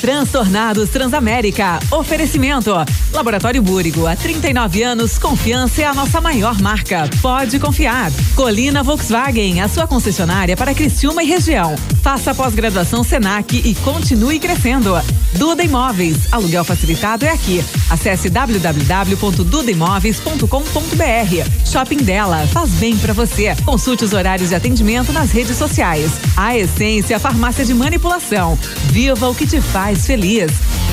Transtornados Transamérica. Oferecimento. Laboratório Búrigo. Há 39 anos, confiança é a nossa maior marca. Pode confiar. Colina Volkswagen, a sua concessionária para Criciúma e região. Faça pós-graduação Senac e continue crescendo. Duda Imóveis. Aluguel facilitado é aqui. Acesse www.dudaimóveis.com.br. Shopping dela. Faz bem para você. Consulte os horários de atendimento nas redes sociais. A Essência Farmácia de Manipulação. Viva o que te faz feliz.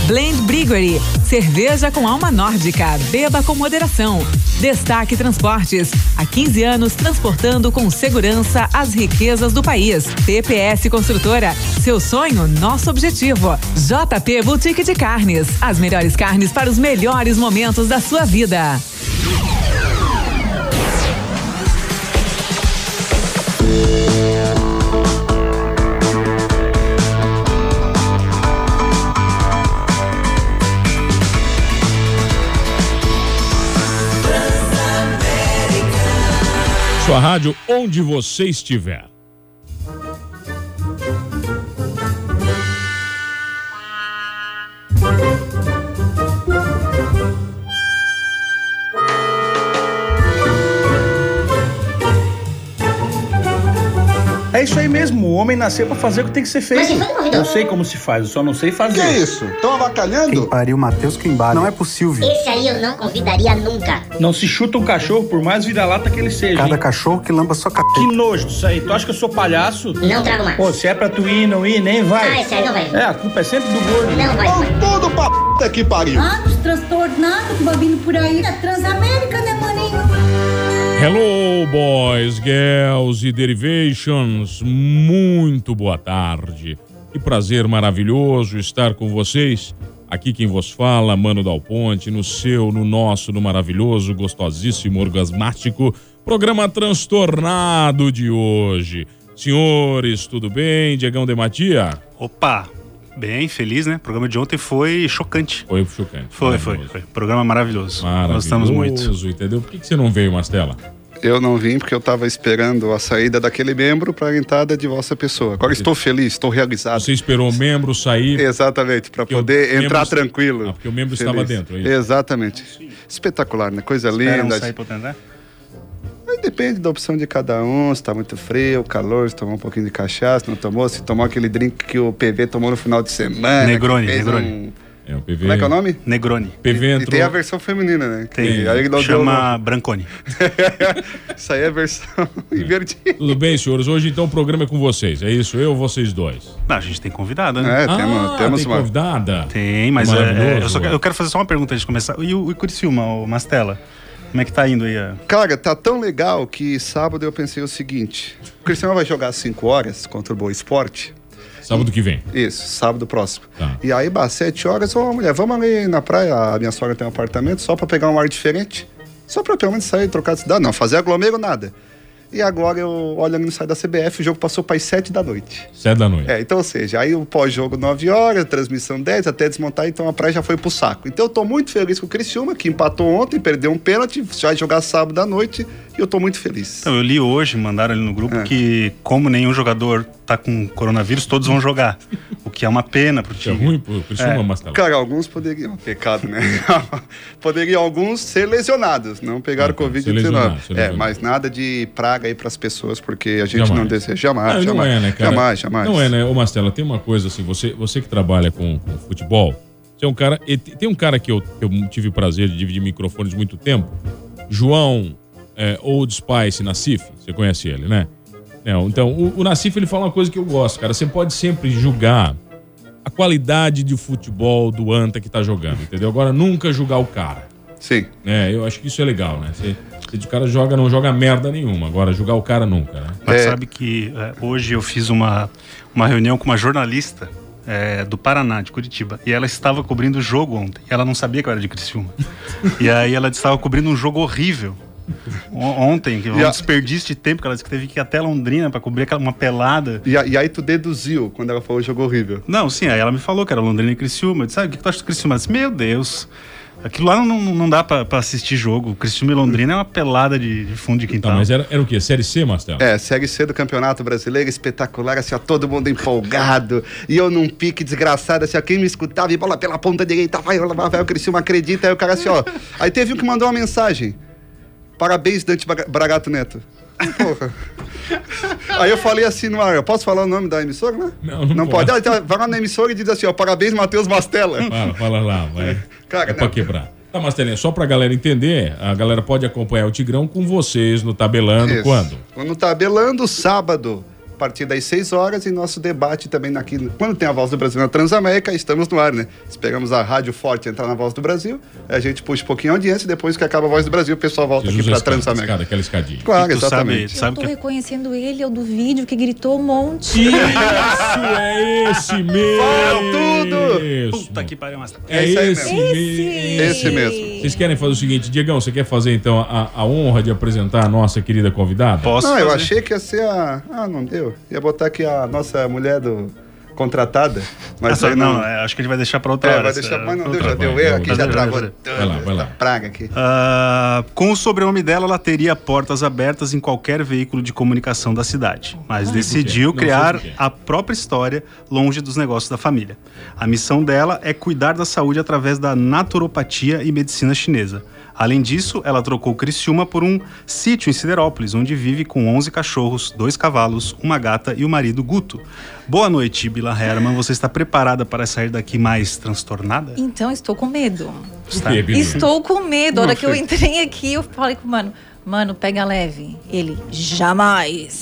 Blend Briguery, cerveja com alma nórdica, beba com moderação. Destaque Transportes, há 15 anos transportando com segurança as riquezas do país. TPS Construtora, seu sonho, nosso objetivo. JP Boutique de Carnes, as melhores carnes para os melhores momentos da sua vida. Sua rádio onde você estiver. É isso aí mesmo, o homem nasceu pra fazer o que tem que ser feito. Eu sei como se faz, eu só não sei fazer. Que é isso? Estão avacalhando? Pariu, Matheus Quimbara. Não é possível. Esse aí eu não convidaria nunca. Não se chuta um cachorro, por mais vira-lata que ele seja. Cada hein? cachorro que lamba sua caceta. Que nojo disso aí. Tu acha que eu sou palhaço? Não trago mais. Pô, se é pra tu ir, não ir, nem vai. Ah, esse aí não vai. É, a culpa é sempre do gordo. Não vai. Estão todo pra puta que pariu. Anos transtornados, bobindo por aí. É Transamérica, né, maninho? Hello, boys, girls e derivations. Muito boa tarde. Que prazer maravilhoso estar com vocês. Aqui quem vos fala, Mano Dal Ponte, no seu, no nosso, no maravilhoso, gostosíssimo, orgasmático programa transtornado de hoje. Senhores, tudo bem? Diegão de Matia? Opa! Bem, feliz, né? O programa de ontem foi chocante. Foi chocante. Foi, foi, foi. Programa maravilhoso. Maravilhoso, Gostamos muito. entendeu? Por que que você não veio, Mastela? Eu não vim porque eu tava esperando a saída daquele membro pra entrada de vossa pessoa. Agora estou feliz, estou Ah. realizado. Você esperou o membro sair Exatamente, pra o poder membro entrar está- tranquilo. Ah, porque o membro estava dentro, é isso? Exatamente. Espetacular, né? Coisa Esperam linda. sair pra eu tentar? Mas depende da opção de cada um, se tá muito frio, calor, se tomar um pouquinho de cachaça, não tomou, se tomar aquele drink que o PV tomou no final de semana. Negroni, que fez Negroni. um- É, o PV. Como é que é o nome? Negroni. PV E tem a entrou. versão feminina, né? Que- Tem. Aí não deu nome. Chama Brancone. Isso aí é a versão invertida. Tudo bem, senhores? Hoje então o programa é com vocês. É isso, eu, vocês dois. Não, Ah, a gente tem convidada, né? É, temos, temos Ah, tem uma. convidada? Tem, mas é, Maravilhoso. né? é, eu, só, quero- eu quero fazer só uma pergunta antes de começar. E o, e o Curiciúma, o Mastela? Como é que tá indo aí? a- Cara, tá tão legal que sábado eu pensei o seguinte: o Cristiano vai jogar 5 horas contra o Boa Esporte. Sábado que vem. Isso, sábado próximo. Tá. E aí, bah, 7 horas, ô mulher, vamos ali na praia. A minha sogra tem um apartamento só pra pegar um ar diferente. Só pra pelo menos sair, trocar de cidade. Não, fazer aglomero, nada. E agora eu olho ali no site da CBF, o jogo passou para as 7 da noite. Sete da noite. É, então, ou seja, aí o pós-jogo 9 horas, transmissão 10, até desmontar, então a praia já foi pro saco. Então eu tô muito feliz com o Criciúma, que empatou ontem, perdeu um pênalti, vai jogar sábado à noite, e eu tô muito feliz. Então, eu li hoje, mandaram ali no Um grupo, É. que como nenhum jogador tá com coronavírus, todos vão jogar. o que é uma pena pro Isso é time. ruim pro Criciúma, É. Mastela? Cara, alguns poderiam. Pecado, né? poderiam alguns ser lesionados, não pegaram Ah, tá, ser Covid-19. lesionado, ser É, lesionado. mas nada de praga aí pras pessoas, porque a gente Jamais. não deseja. Jamais, Ah, jamais. Não é, né, cara? Jamais, jamais. Não é, né? Ô, Mastela, tem uma coisa assim, você, você que trabalha com, com futebol, você é um cara. e te- Tem um cara que eu, que eu tive o prazer de dividir microfones muito tempo, João é, Old Spice Nassif, você conhece ele, né? Não, então, o, o Nassif ele fala uma coisa que eu gosto, cara. Você pode sempre julgar a qualidade de futebol do Anta que tá jogando, entendeu? Agora, nunca julgar o cara. Sim. né? eu acho que isso é legal, né? Você, se o cara joga, não joga merda nenhuma. Agora, julgar o cara nunca, né? Mas É. sabe que é, hoje eu fiz uma, uma reunião com uma jornalista é, do Paraná, de Curitiba, e ela estava cobrindo o jogo ontem. E ela não sabia que eu era de Criciúma. e aí ela estava cobrindo um jogo horrível. O- Ontem, que foi E um a- desperdício de tempo, que ela disse que teve que ir até Londrina para cobrir aquela, uma pelada. E, a- e aí tu deduziu quando ela falou jogo horrível. Não, sim, aí ela me falou que era Londrina e Criciúma. Eu disse, ah, o que que tu acha do Criciúma? Eu disse, meu Deus. Aquilo lá não, não dá pra, pra assistir jogo. O Criciúma e Londrina é uma pelada de, de fundo de Tá, quintal. mas era, era o quê? Série C, Marcelo? É, Série C do Campeonato Brasileiro, espetacular, assim, ó, todo mundo empolgado. E eu num pique desgraçado, assim, ó, quem me escutava e bola pela ponta direita, vai, vai, vai, vai, o Criciúma acredita. Aí o cara assim, ó. Aí teve um que mandou uma mensagem. Parabéns, Dante Braga- Bragato Neto. Porra. Aí eu falei assim no ar, eu posso falar o nome da emissora, né? Não, não pode. pode. Ah, então vai lá na emissora e diz assim, ó, parabéns, Matheus Mastella. Fala, fala lá, vai. Cara, é pra não. quebrar. Tá, Marcelinha, só pra galera entender, a galera pode acompanhar o Tigrão com vocês no Tabelando Isso. quando? Quando tabelando, sábado, a partir das 6 horas, e nosso debate também aqui. Quando tem a Voz do Brasil na Transamérica, estamos no ar, né? Esperamos a Rádio Forte entrar na Voz do Brasil, a gente puxa um pouquinho a audiência, depois que acaba a Voz do Brasil, o pessoal volta Jesus aqui pra escada, escada, Transamérica. aquela escadinha. Claro, E tu sabe, exatamente. tu Eu sabe tô que reconhecendo ele, é o do vídeo que gritou um monte. Isso é esse mesmo! Fala é... Puta que pariu, mas... É isso aí esse mesmo. mesmo! Esse mesmo. Vocês querem fazer o seguinte, Diegão, você quer fazer então a, a honra de apresentar a nossa querida convidada? Posso Não, eu fazer? achei que ia ser a. Ah, não deu. Ia botar aqui a nossa mulher do. contratada. Mas Essa- aí não, não. é, acho que a gente vai deixar pra outra É, hora. vai essa- deixar. Mas não outra deu, já hora. deu erro aqui, já Vai, travou. vai, vai. tudo, Vai lá, vai lá. essa Praga aqui. Ah, com o sobrenome dela, ela teria portas abertas em qualquer veículo de comunicação da cidade, mas decidiu por quê. Não criar sei por quê. a própria história longe dos negócios da família. A missão dela é cuidar da saúde através da naturopatia e medicina chinesa. Além disso, ela trocou Criciúma por um sítio em Siderópolis, onde vive com 11 cachorros, dois cavalos, uma gata e o marido Guto. Boa noite, Bila Herman. Você está preparada para sair daqui mais transtornada? Então estou com medo. Por quê, Bilu? Estou com medo. A hora que eu sei. entrei aqui, eu falei com o mano, mano, pega leve. Ele, jamais.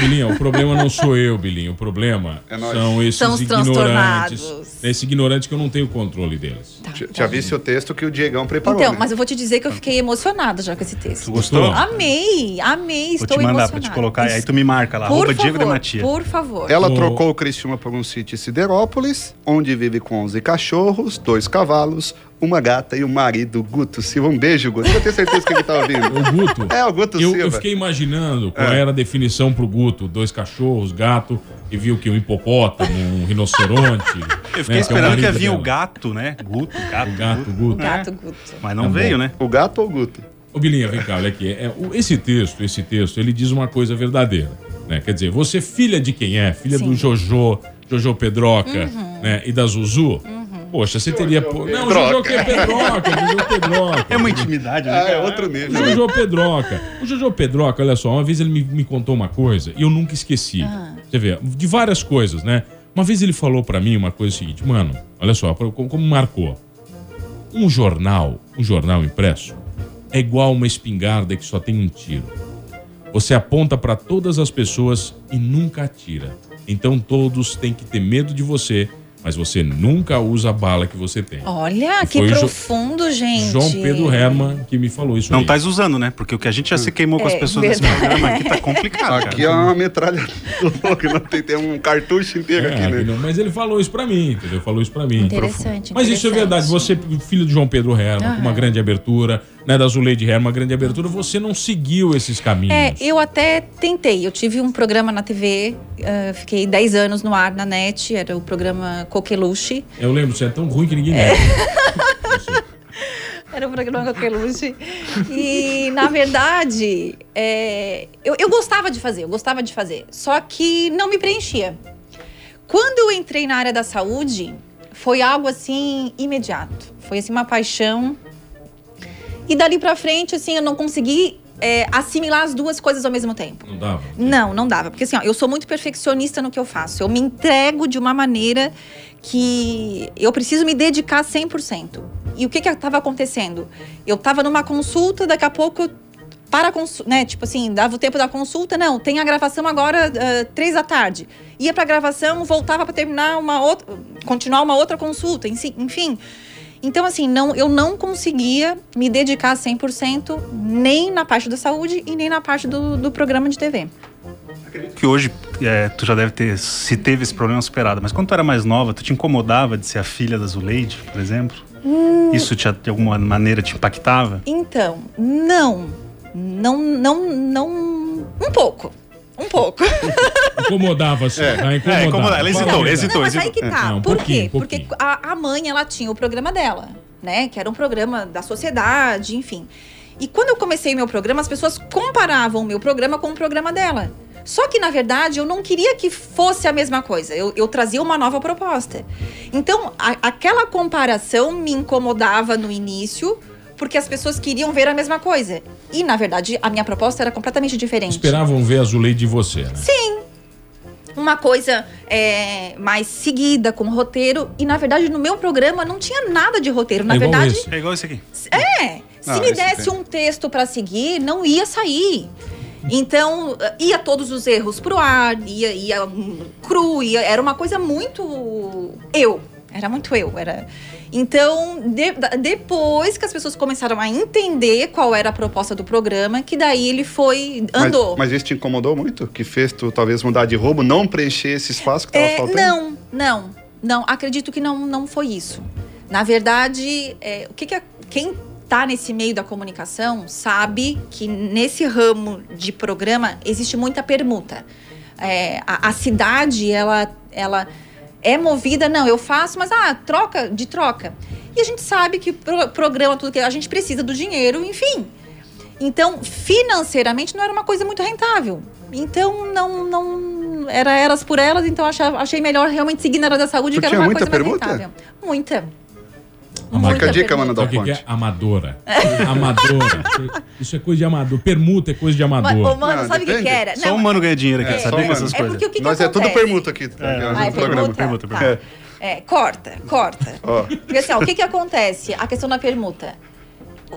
Bilinha, o problema não sou eu, Bilinha. O problema É nós. são esses São os ignorantes. É transtornados. Esse ignorante que eu não tenho controle deles. Tá, Já, tá. já vi seu texto que o Diegão preparou. Então, né? mas eu vou te dizer que eu fiquei emocionada já com esse texto. Gostou? Amei, amei, Vou Ah, estou te mandar pra emocionada. te colocar, aí tu me marca lá, Por arroba favor, Diego de Matias. por favor. Ela O- trocou o Criciúma por um sítio em Siderópolis, onde vive com 11 cachorros, dois cavalos, uma gata e o marido Guto Silva. Um beijo, Guto. Eu tenho certeza que ele tá ouvindo. O Guto. É, o Guto eu, Silva. eu fiquei imaginando qual É. era a definição pro Guto: dois cachorros, gato, e viu que um hipopótamo, um rinoceronte. Eu fiquei né, é o esperando que marido havia o dela. gato, né? Guto, gato. O gato, o Guto. Gato Guto. Mas não Tá bom. veio, né? O gato ou o Guto? Ô, Bilinha, vem cá, olha aqui. É, o- esse texto, esse texto, ele diz uma coisa verdadeira. Né? Quer dizer, você é filha de quem é? Filha do Jojo, Jojo Pedroca, né? E da Zuzu? Poxa, você teria. pô- Não, Jojo que é Pedroca, Jojo Pedroca. É uma intimidade, né? Ah, é cara? outro O nível. Jojo Pedroca. O Jojo Pedroca, olha só, uma vez ele me, me contou uma coisa e eu nunca esqueci. Ah. Você vê, de várias coisas, né? Uma vez ele falou pra mim uma coisa seguinte, mano, olha só, pro- como, como marcou. Um jornal, um jornal impresso, é igual uma espingarda que só tem um tiro. Você aponta pra todas as pessoas e nunca atira. Então todos têm que ter medo de você, mas você nunca usa a bala que você tem. Olha, que Foi o Jo- profundo, gente. João Pedro Herman que me falou isso Não aí. tá usando, né? Porque o que a gente já se queimou com as É, pessoas nesse verdade. programa aqui tá Ah, complicado, Aqui é cara. uma metralha que não tem, tem um cartucho inteiro É, aqui, aqui né? não- mas ele falou isso pra mim, entendeu? Falou isso pra mim. Interessante, Mas isso é interessante. verdade. Você, filho de João Pedro Herman, com uma grande abertura, né? Da Zuleide Herman, uma grande abertura, você não seguiu esses caminhos. É, eu até tentei. Eu tive um programa na TV, ah, fiquei 10 anos no ar na net, era o programa Coqueluche. Eu lembro, você é tão ruim que ninguém lembra. Era o programa Coqueluche. E, na verdade, é, eu, eu gostava de fazer, eu gostava de fazer. Só que não me preenchia. Quando eu entrei na área da saúde, foi algo assim imediato. Foi assim uma paixão. E dali pra frente, assim, eu não consegui é, assimilar as duas coisas ao mesmo tempo. Não dava. Não, não dava. Porque assim, ó, eu sou muito perfeccionista no que eu faço. Eu me entrego de uma maneira que eu preciso me dedicar 100%. E o que que estava acontecendo? Eu estava numa consulta, daqui a pouco eu para a consu- né? Tipo assim, dava o tempo da consulta, não, tem a gravação agora ah, três da tarde. Ia pra gravação, voltava para terminar uma outra, continuar uma outra consulta, em si- enfim. Então assim, não, eu não conseguia me dedicar 100% nem na parte da saúde e nem na parte do, do programa de TV. Que hoje, é, tu já deve ter, se teve esse problema superado. Mas quando tu era mais nova, tu te incomodava de ser a filha da Zuleide, por exemplo? Isso te, de alguma maneira te impactava? Hum. Então, não. Não, não, não. Um pouco. Um pouco. Incomodava, sim. tá? Incomodava. É, incomodava. Ela Fala a verdade. hesitou, hesitou. Não, mas aí que tá. Não, um Por pouquinho, quê? pouquinho. Porque a, a mãe, ela tinha o programa dela. né? Que era um programa da sociedade, enfim. E quando eu comecei meu programa, as pessoas comparavam o meu programa com o programa dela. Só que, na verdade, eu não queria que fosse a mesma coisa. Eu, eu trazia uma nova proposta. Então, a- aquela comparação me incomodava no início, porque as pessoas queriam ver a mesma coisa. E, na verdade, a minha proposta era completamente diferente Esperavam ver a Zuleide de você, né? uma coisa é, mais seguida, com roteiro. E, na verdade, no meu programa não tinha nada de roteiro. Na É igual verdade, esse. É igual esse aqui. é. Se Não, me esse desse tem. um texto pra seguir, não ia sair. Então, ia todos os erros pro ar, ia, ia hum, cru, ia- era uma coisa muito eu. Era muito eu, era... Então, de- da- depois que as pessoas começaram a entender qual era a proposta do programa, que daí ele foi, Mas- andou. Mas, isso te incomodou muito? Que fez tu talvez mudar de roubo, não preencher esse espaço que tava É, faltando? não, não, não. Acredito que não, não foi isso. Na verdade, é, o que que a- quem está nesse meio da comunicação sabe que nesse ramo de programa existe muita permuta. É, a, a cidade, ela, ela é movida, não, eu faço, mas ah, troca, de troca. E a gente sabe que pro, programa tudo que a gente precisa do dinheiro, enfim. Então, financeiramente, não era uma coisa muito rentável. Então, não. não era elas por elas, então achava, achei melhor realmente seguir na área da saúde, Tu que era tinha uma muita coisa permuta? mais rentável. Muita. Marca a dica, permuta. mano, da- Sabe o que, que é? Ponte. Amadora. Amadora. Isso é coisa de amador. Permuta é coisa de Mas, ô, amador. mano, Não, sabe o que, depende. que era? Só o humano ganha dinheiro aqui, É, só sabia? Com humano. essas é coisas. porque o que, que Nós é acontece? tudo permuta aqui. tá ligado? Ah, é No um programa. É, permuta? Permuta, Tá. permuta. É, corta, corta. Ó. Porque assim, ó, o que que acontece? A questão da permuta.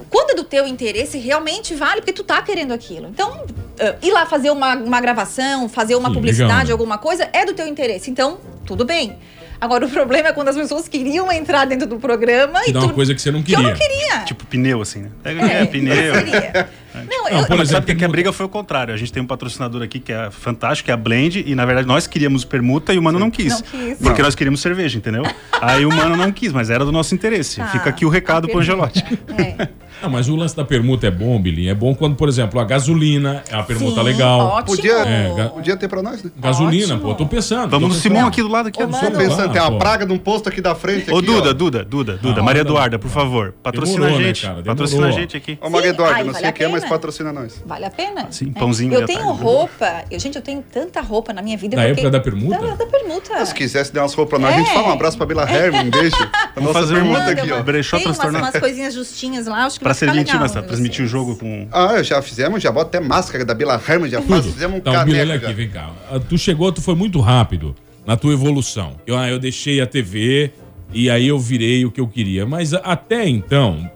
Quando é do teu interesse, realmente vale, porque tu tá querendo aquilo. Então, eh, ir lá fazer uma, uma gravação, fazer uma Sim, publicidade, legal, né? alguma coisa, é do teu interesse. Então, tudo bem. Agora, o problema é quando as pessoas queriam entrar dentro do programa E e dá tu... uma coisa que você não que eu queria. não queria. Tipo pneu, assim, né? É, é, eu pneu. não queria. Não, Não, eu, por exemplo, Mas sabe que, que a permuta. briga foi o contrário. A gente tem um patrocinador aqui que é fantástico, que é a Blend, e na verdade nós queríamos permuta e o mano não quis. Não quis. Porque nós queríamos cerveja, entendeu? Aí o mano não quis, mas era do nosso interesse. Tá. Fica aqui o recado pro Permuta. Angelotti. É. Não, mas o lance da permuta é bom, Billy. É bom quando, por exemplo, a gasolina é uma permuta Sim, legal. Ótimo. Podia- É, ga- Podia ter pra nós, né? Gasolina, Ótimo. pô, tô pensando. Vamos tô no pensando. Simão aqui do lado. Aqui, Ô, ó. mano. Tô pensando, tem pô. uma praga de um posto aqui da frente. Ô, aqui, Duda, ó. Duda, Duda, Duda. Ah, Maria não. Eduarda, por favor, patrocina Demorou, a né, gente. cara? Demorou, patrocina ó. a gente aqui. Ô, Maria Sim, Eduarda, ai, não vale sei a quem é, mas pena. patrocina nós. Vale a pena? Sim, É. pãozinho né, tá da Eu tenho tarde. roupa. Eu, gente, eu tenho tanta roupa na minha vida. Da porque- época da permuta? Da, da permuta. Se quisesse dar umas roupas pra nós, a gente É. fala um abraço pra Bila Herman, um beijo. A nossa fazer um- permuta Manda, aqui, ó. mano. Brechó Tem umas, transtornado. umas coisinhas justinhas lá, acho que Pra vai ficar servir, legal mas tá, pra transmitir o vocês. jogo com. Ah, já fizemos, já bota até máscara da Bila Herman, já faz, fizemos um Tá, o Billy, olha caneco. aqui, já. vem cá. Ah, Tu chegou, tu foi muito rápido na tua evolução. Eu, ah, eu deixei a TV e aí eu virei o que eu queria. Mas a- até então,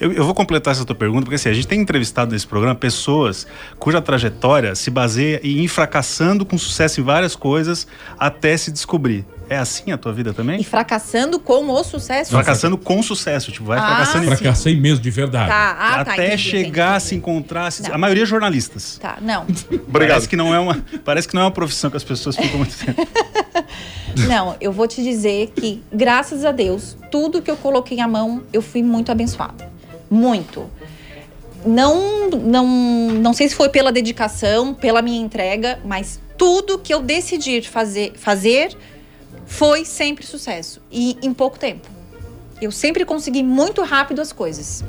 Eu, eu vou completar essa tua pergunta, porque assim, a gente tem entrevistado nesse programa pessoas cuja trajetória se baseia em ir fracassando com sucesso em várias coisas até se descobrir. É assim a tua vida E também? fracassando com o sucesso. fracassando com sucesso, tipo, vai Ah, fracassando em sim. fracassei mesmo de verdade. Tá, ah, tá, até entendi, chegar a entendi. se encontrar. se- Não. A maioria é jornalistas. Tá, não. Obrigado. Parece que, não é uma, parece que não é uma profissão que as pessoas ficam muito tempo. Não, eu vou te dizer que, graças a Deus, tudo que eu coloquei a mão, eu fui muito abençoada. Muito. Não, não, não sei se foi pela dedicação, pela minha entrega, mas tudo que eu decidi fazer, fazer foi sempre sucesso. E em pouco tempo. Eu sempre consegui muito rápido as coisas.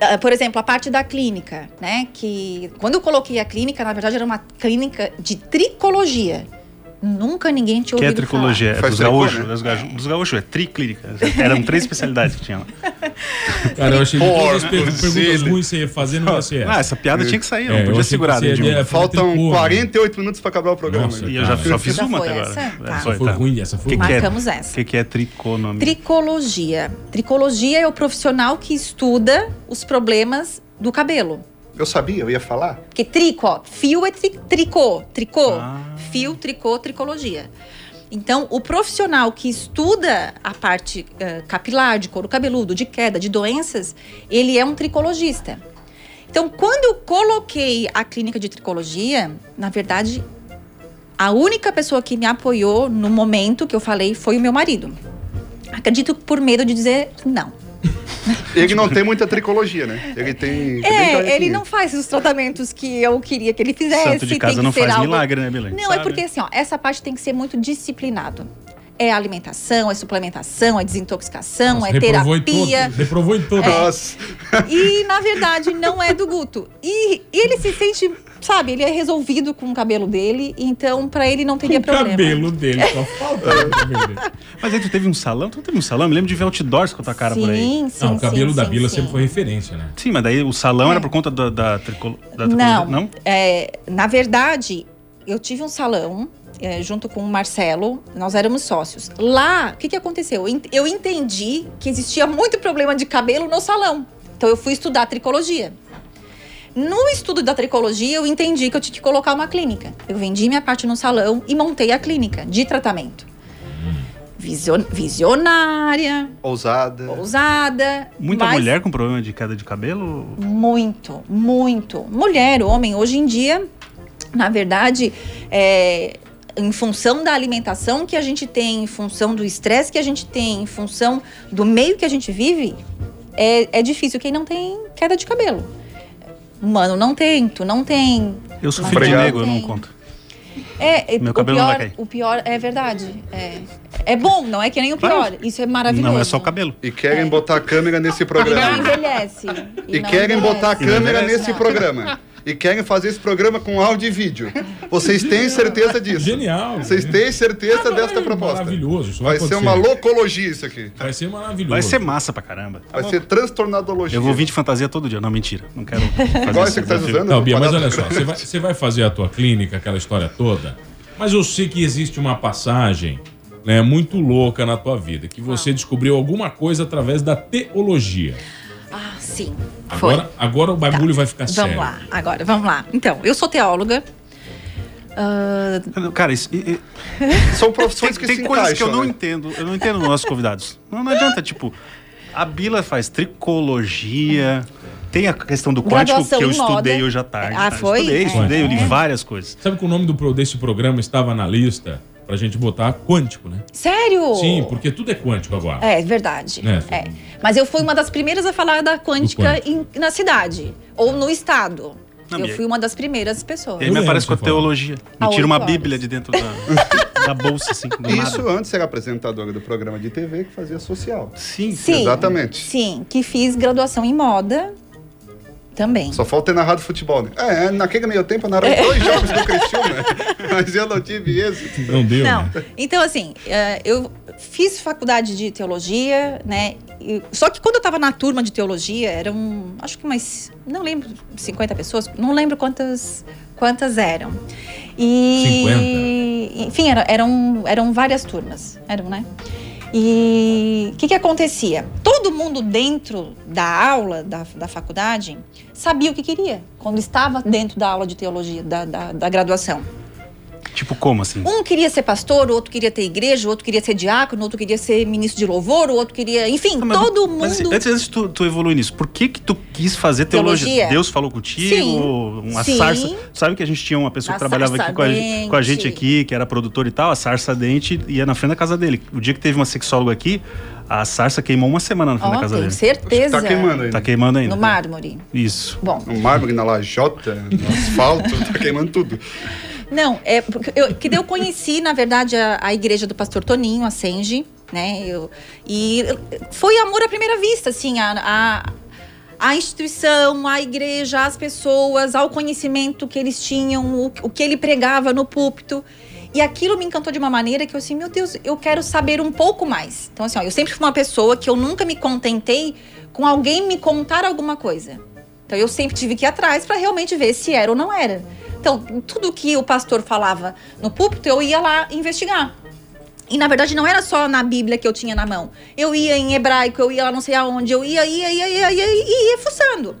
Ah, Por exemplo, a parte da clínica, né? Que quando eu coloquei a clínica, na verdade era uma clínica de tricologia. Nunca ninguém tinha que é ouvido tricologia? É Faz dos tricô, gaúchos? né? Dos gaúchos, dos gaúchos, é triclínica. Eram três especialidades que tinha lá. Cara, eu achei que todas as per- Porco, perguntas Zilli. ruins que você ia fazer não ia ser Ah, essa. essa piada tinha que sair, É, não eu podia achei segurar. que você ia Dedinho. dizer- Faltam Tricô, né? 48 minutos pra acabar o programa. né? Nossa, E eu já cara, só fiz Já uma foi até agora. essa? Tá. É, Essa foi tá. ruim, essa foi Que ruim. que é? Marcamos essa. O que, que é triconomia? Tricologia. Tricologia é o profissional que estuda os problemas do cabelo. Eu sabia, eu ia falar. Porque trico, ó, fio é tri- tricô, tricô, Ah. fio, tricô, tricologia. Então, o profissional que estuda a parte eh, capilar, de couro cabeludo, de queda, de doenças, ele é um tricologista. Então, quando eu coloquei a clínica de tricologia, na verdade, a única pessoa que me apoiou no momento que eu falei foi o meu marido. Acredito que por medo de dizer não. Ele não tem muita tricologia, né? Ele tem. bem É, ele clarinho. não faz os tratamentos que eu queria que ele fizesse. Santo de casa tem que não ser faz algo... milagre, né, Belém? Não, é Sabe? porque assim, ó, essa parte tem que ser muito disciplinado. É alimentação, é suplementação, é desintoxicação, Nossa, é reprovou em terapia. É, todas, reprovou em todas. Nossa. E, na verdade, não é do Guto. E ele se sente, sabe, ele é resolvido com o cabelo dele, então pra ele não teria o problema. cabelo dele, só falta o cabelo dele. Mas aí tu teve um salão? Tu não teve um salão? Eu me lembro de ver outdoors com a tua cara por aí. Sim, sim, Não, Ah, o cabelo sim, da sim, Bila sim. sempre foi referência, né? Sim, mas daí o salão era por conta da, da, tricolo- da Não, tricologia- Não? é, na verdade, eu tive um salão é, junto com o Marcelo, nós éramos sócios. Lá, o que, que aconteceu? Eu ent- Eu entendi que existia muito problema de cabelo no salão. Então eu fui estudar tricologia. No estudo da tricologia, eu entendi que eu tinha que colocar uma clínica. Eu vendi minha parte no salão e montei a clínica de tratamento. Hum. Visio- Visionária, Ousada. ousada. Muita mas- mulher com problema de queda de cabelo? muito, muito. Mulher, homem, hoje em dia, na verdade, é, em função da alimentação que a gente tem, em função do estresse que a gente tem, em função do meio que a gente vive, é, é difícil quem não tem queda de cabelo. Mano, não tem, tu não tem. Eu sou filho Mas de Obrigado. negro, eu não tem. conto. É, é, Meu o cabelo não pior, vai cair. O pior é verdade. É, é bom, não é que nem o pior. Claro. Isso é maravilhoso. Não é só o cabelo. E querem botar a câmera nesse E não programa. envelhece. E não querem botar a envelhece. câmera Não. nesse programa. E querem fazer esse programa com áudio e vídeo. Vocês têm certeza disso? Genial. Vocês né? têm certeza desta proposta? Maravilhoso. Isso vai, Vai ser acontecer. uma loucologia isso aqui. Vai ser maravilhoso. Vai ser massa pra caramba. Tá Vai bom? ser transtornadologia. Eu vou vir de fantasia todo dia. Não, mentira. Não quero fazer Igual esse esse que tá desafio. usando. Não, Bia, mas Quadrado- olha só, você vai, você vai fazer a tua clínica, aquela história toda, mas eu sei que existe uma passagem né, muito louca na tua vida, que você descobriu alguma coisa através da teologia. Ah, sim. Foi. Tá, Agora, agora o bagulho vai ficar Vamos sério. lá, agora, vamos lá. Então, eu sou teóloga. Ah, Cara, isso, e- e- São profissões que tem se coisas que eu encaixam. não né? entendo. Eu não entendo nos nossos convidados. Não, não adianta, tipo, a Bila faz tricologia. Tem a questão do quântico Graduação que eu em moda. estudei hoje à tarde. Ah, tá? foi? Estudei, É. estudei, eu li várias coisas. Sabe que o nome do, pro- desse programa estava na lista pra gente botar quântico, né? sério? Sim, porque tudo é quântico agora. É verdade. É, foi- É. Mas eu fui uma das primeiras a falar da quântica em- na cidade ou no estado. Na eu minha- fui uma das primeiras pessoas. E aí me lembro aparece com a você falando. teologia. Me Há tira uma oito horas. bíblia de dentro da, da bolsa, assim, do Isso nada. antes era apresentadora do programa de TV que fazia social. Sim, Sim. Exatamente. Sim, que fiz graduação em moda também. Só falta ter narrado futebol. Né? É, naquele meio tempo eu narrei dois jogos do Criciúma, mas eu não tive Tá êxito. Não deu, É. Não. né? Então, assim, eh, eu fiz faculdade de teologia, né? E- Só que quando eu tava na turma de teologia, eram, acho que mais, não lembro, 50 pessoas, não lembro quantas, quantas eram. E. Enfim, era- eram, eram várias turmas, eram, né? E o que, que acontecia? Todo mundo dentro da aula da, da faculdade sabia o que queria, quando estava dentro da aula de teologia, da- da, da graduação. Tipo, como assim? Um queria ser pastor, o outro queria ter igreja, o outro queria ser diácono, o outro queria ser ministro de louvor, o outro queria. Enfim, Não, mas- todo mas assim, mundo. antes, antes de tu, tu evoluir nisso, por que que tu quis fazer teologia? Teologia? Deus falou contigo? um Sim, uma sim. sarça. Tu sabe que a gente tinha uma pessoa A que trabalhava aqui com a, gen- com a gente sarça-dente. aqui, que era produtor e tal, a sarça dente ia na frente da casa dele. O dia que teve uma sexóloga aqui, a sarça queimou uma semana na frente Ó, da casa tenho dele. certeza. Tá queimando ainda. Tá queimando ainda. No mármore. Isso. Bom, No mármore, na lajota, no asfalto, tá queimando tudo. não, é porque eu, que daí eu conheci, na verdade, a, a igreja do pastor Toninho, a Senge, né? Eu, e eu- foi amor à primeira vista, assim, a, a, a instituição, a igreja, as pessoas, ao conhecimento que eles tinham, o, o que ele pregava no púlpito. E aquilo me encantou de uma maneira que eu assim, meu Deus, eu quero saber um pouco mais. Então, assim, ó, eu sempre fui uma pessoa que eu nunca me contentei com alguém me contar alguma coisa. Então, eu sempre tive que ir atrás para realmente ver se era ou não era. Então, tudo que o pastor falava no púlpito, eu ia lá investigar. E na verdade não era só na Bíblia que eu tinha na mão. Eu ia em hebraico, eu ia lá não sei aonde, eu ia, ia, ia, ia, ia, ia, ia fuçando.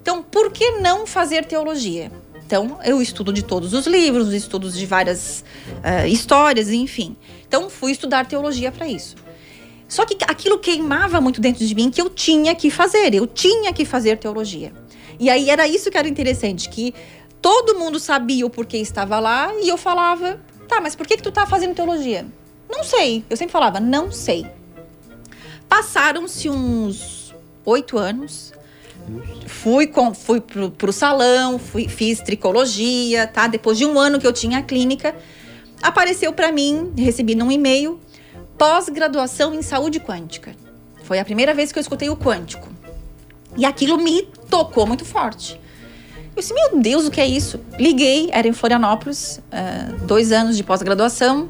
Então, por que não fazer teologia? Então, eu estudo de todos os livros, estudos de várias eh, histórias, enfim. Então, fui estudar teologia para isso. Só que aquilo queimava muito dentro de mim que eu tinha que fazer, eu tinha que fazer teologia. E aí era isso que era interessante, que todo mundo sabia o porquê estava lá e eu falava, tá, mas por que que tu tá fazendo teologia? Não sei. Eu sempre falava, não sei. Passaram-se uns oito anos. Fui, com, fui pro, pro salão, fui- fiz tricologia, tá? Depois de um ano que eu tinha a clínica, apareceu para mim, recebi num e-mail, pós-graduação em saúde quântica. Foi a primeira vez que eu escutei o quântico. E aquilo me tocou muito forte. Eu disse, meu Deus, o que é isso? Liguei, era em Florianópolis, ah, dois anos de pós-graduação.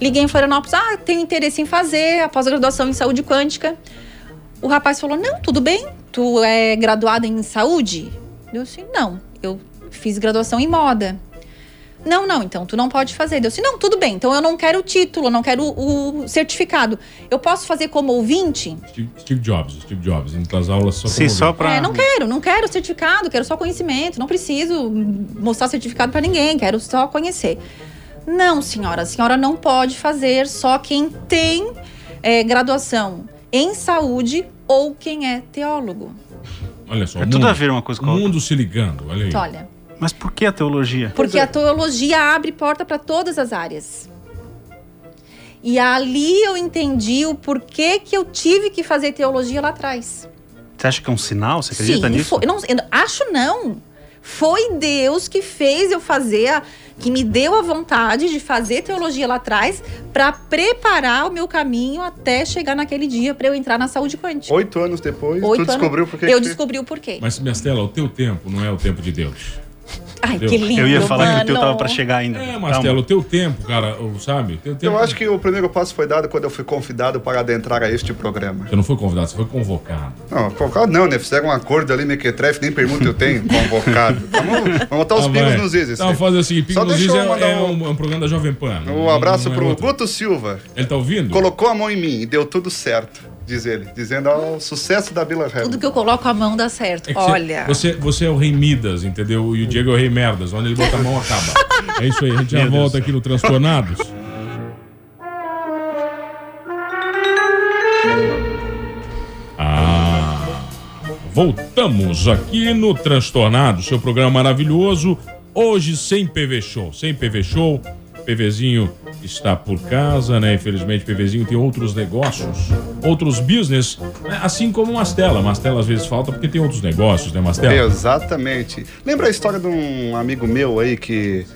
Liguei em Florianópolis, ah, tenho interesse em fazer a pós-graduação em saúde quântica. O rapaz falou, não, tudo bem, tu é graduada em saúde? Eu disse, não, eu fiz graduação em moda. Não, não, então tu não pode fazer. Eu disse, não, tudo bem, então eu não quero o título, não quero o certificado. Eu posso fazer como ouvinte? Steve, Steve Jobs, Steve Jobs, indo pras aulas só Sim, como só ouvinte. pra. É, não quero, não quero certificado, quero só conhecimento, não preciso mostrar certificado pra ninguém, quero só conhecer. Não, senhora, a senhora não pode fazer só quem tem é, graduação em saúde ou quem é teólogo. Olha só, É o tudo mundo- a ver uma coisa o com a outra. mundo se ligando, olha aí. Então, olha, Mas por que a teologia? é. porque a teologia abre porta pra todas as áreas. E ali eu entendi o porquê que eu tive que fazer teologia lá atrás. Você acha que é um sinal? Você acredita Sim, nisso? foi- não, eu não- acho não. Foi Deus que fez eu fazer, a, que me deu a vontade de fazer teologia lá atrás para preparar o meu caminho até chegar naquele dia para eu entrar na saúde quântica. Oito anos depois, Oito tu descobriu anos- porque... Eu que- descobri o porquê. Mas, Mestela, o teu tempo não é o tempo de Deus. Ai, Deus. que lindo. Eu ia falar que o teu tava mano. pra chegar ainda. É, Calma. Mastela, o teu tempo, cara, o- sabe? O teu tempo... Eu acho que o primeiro passo foi dado quando eu fui convidado para adentrar a este programa. Você não foi convidado, você foi convocado. Não, convocado não, né? Fizeram um acordo ali, mequetrefe, nem pergunta eu tenho, convocado. Vamos, vamos botar os Tá, pingos vai. nos is. Tá, vamos fazer o seguinte, Só Pingos nos deixa Is eu é, mandar é um- um, é um programa da Jovem Pan. Um abraço Não é pro outro. Guto Silva. Ele tá ouvindo? Colocou a mão em mim e deu tudo certo, diz ele. Dizendo ao sucesso da Bila Ramos. Tudo que eu coloco a mão dá certo. É que você- Olha. Você, você é o rei Midas, entendeu? E o Diego é o rei Merdas. Onde ele bota a mão, acaba. É isso aí. A gente já Meu Deus volta do aqui no Transtornados. Ah, voltamos aqui no Transtornados, seu programa maravilhoso. Hoje sem PV Show. Sem PV Show. PVzinho está por casa, né? Infelizmente, PVzinho tem outros negócios, outros business, né? assim como Mastela. Mastela às vezes falta porque tem outros negócios, né, Mastela? Exatamente. Lembra a história de um amigo meu aí que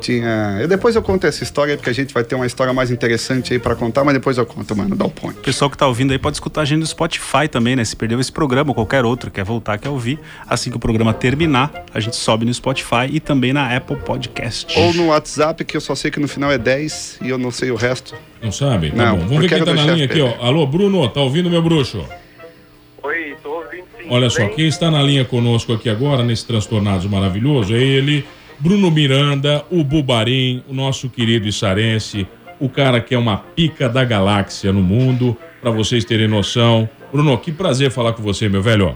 tinha. Eu, depois eu conto essa história, porque a gente vai ter uma história mais interessante aí pra contar, mas depois eu conto, mano. Dá o point. O pessoal que tá ouvindo aí pode escutar a gente no Spotify também, né? Se perdeu esse programa ou qualquer outro, quer voltar, quer ouvir, assim que o programa terminar, a gente sobe no Spotify e também na Apple Podcast. Ou no WhatsApp, que eu só sei que no final é 10 e eu não sei o resto. Não sabe? Tá Não, bom. Vamos ver porque quem tá era na do linha aqui, chefe. ó. Alô, Bruno, tá ouvindo, meu bruxo? Oi, tô ouvindo sim. Olha tudo só, bem? quem está na linha conosco aqui agora, nesse Transtornados maravilhoso, é ele, Bruno Miranda, o Bubarim, o nosso querido Issarense, o cara que é uma pica da galáxia no mundo, pra vocês terem noção. Bruno, que prazer falar com você, meu velho.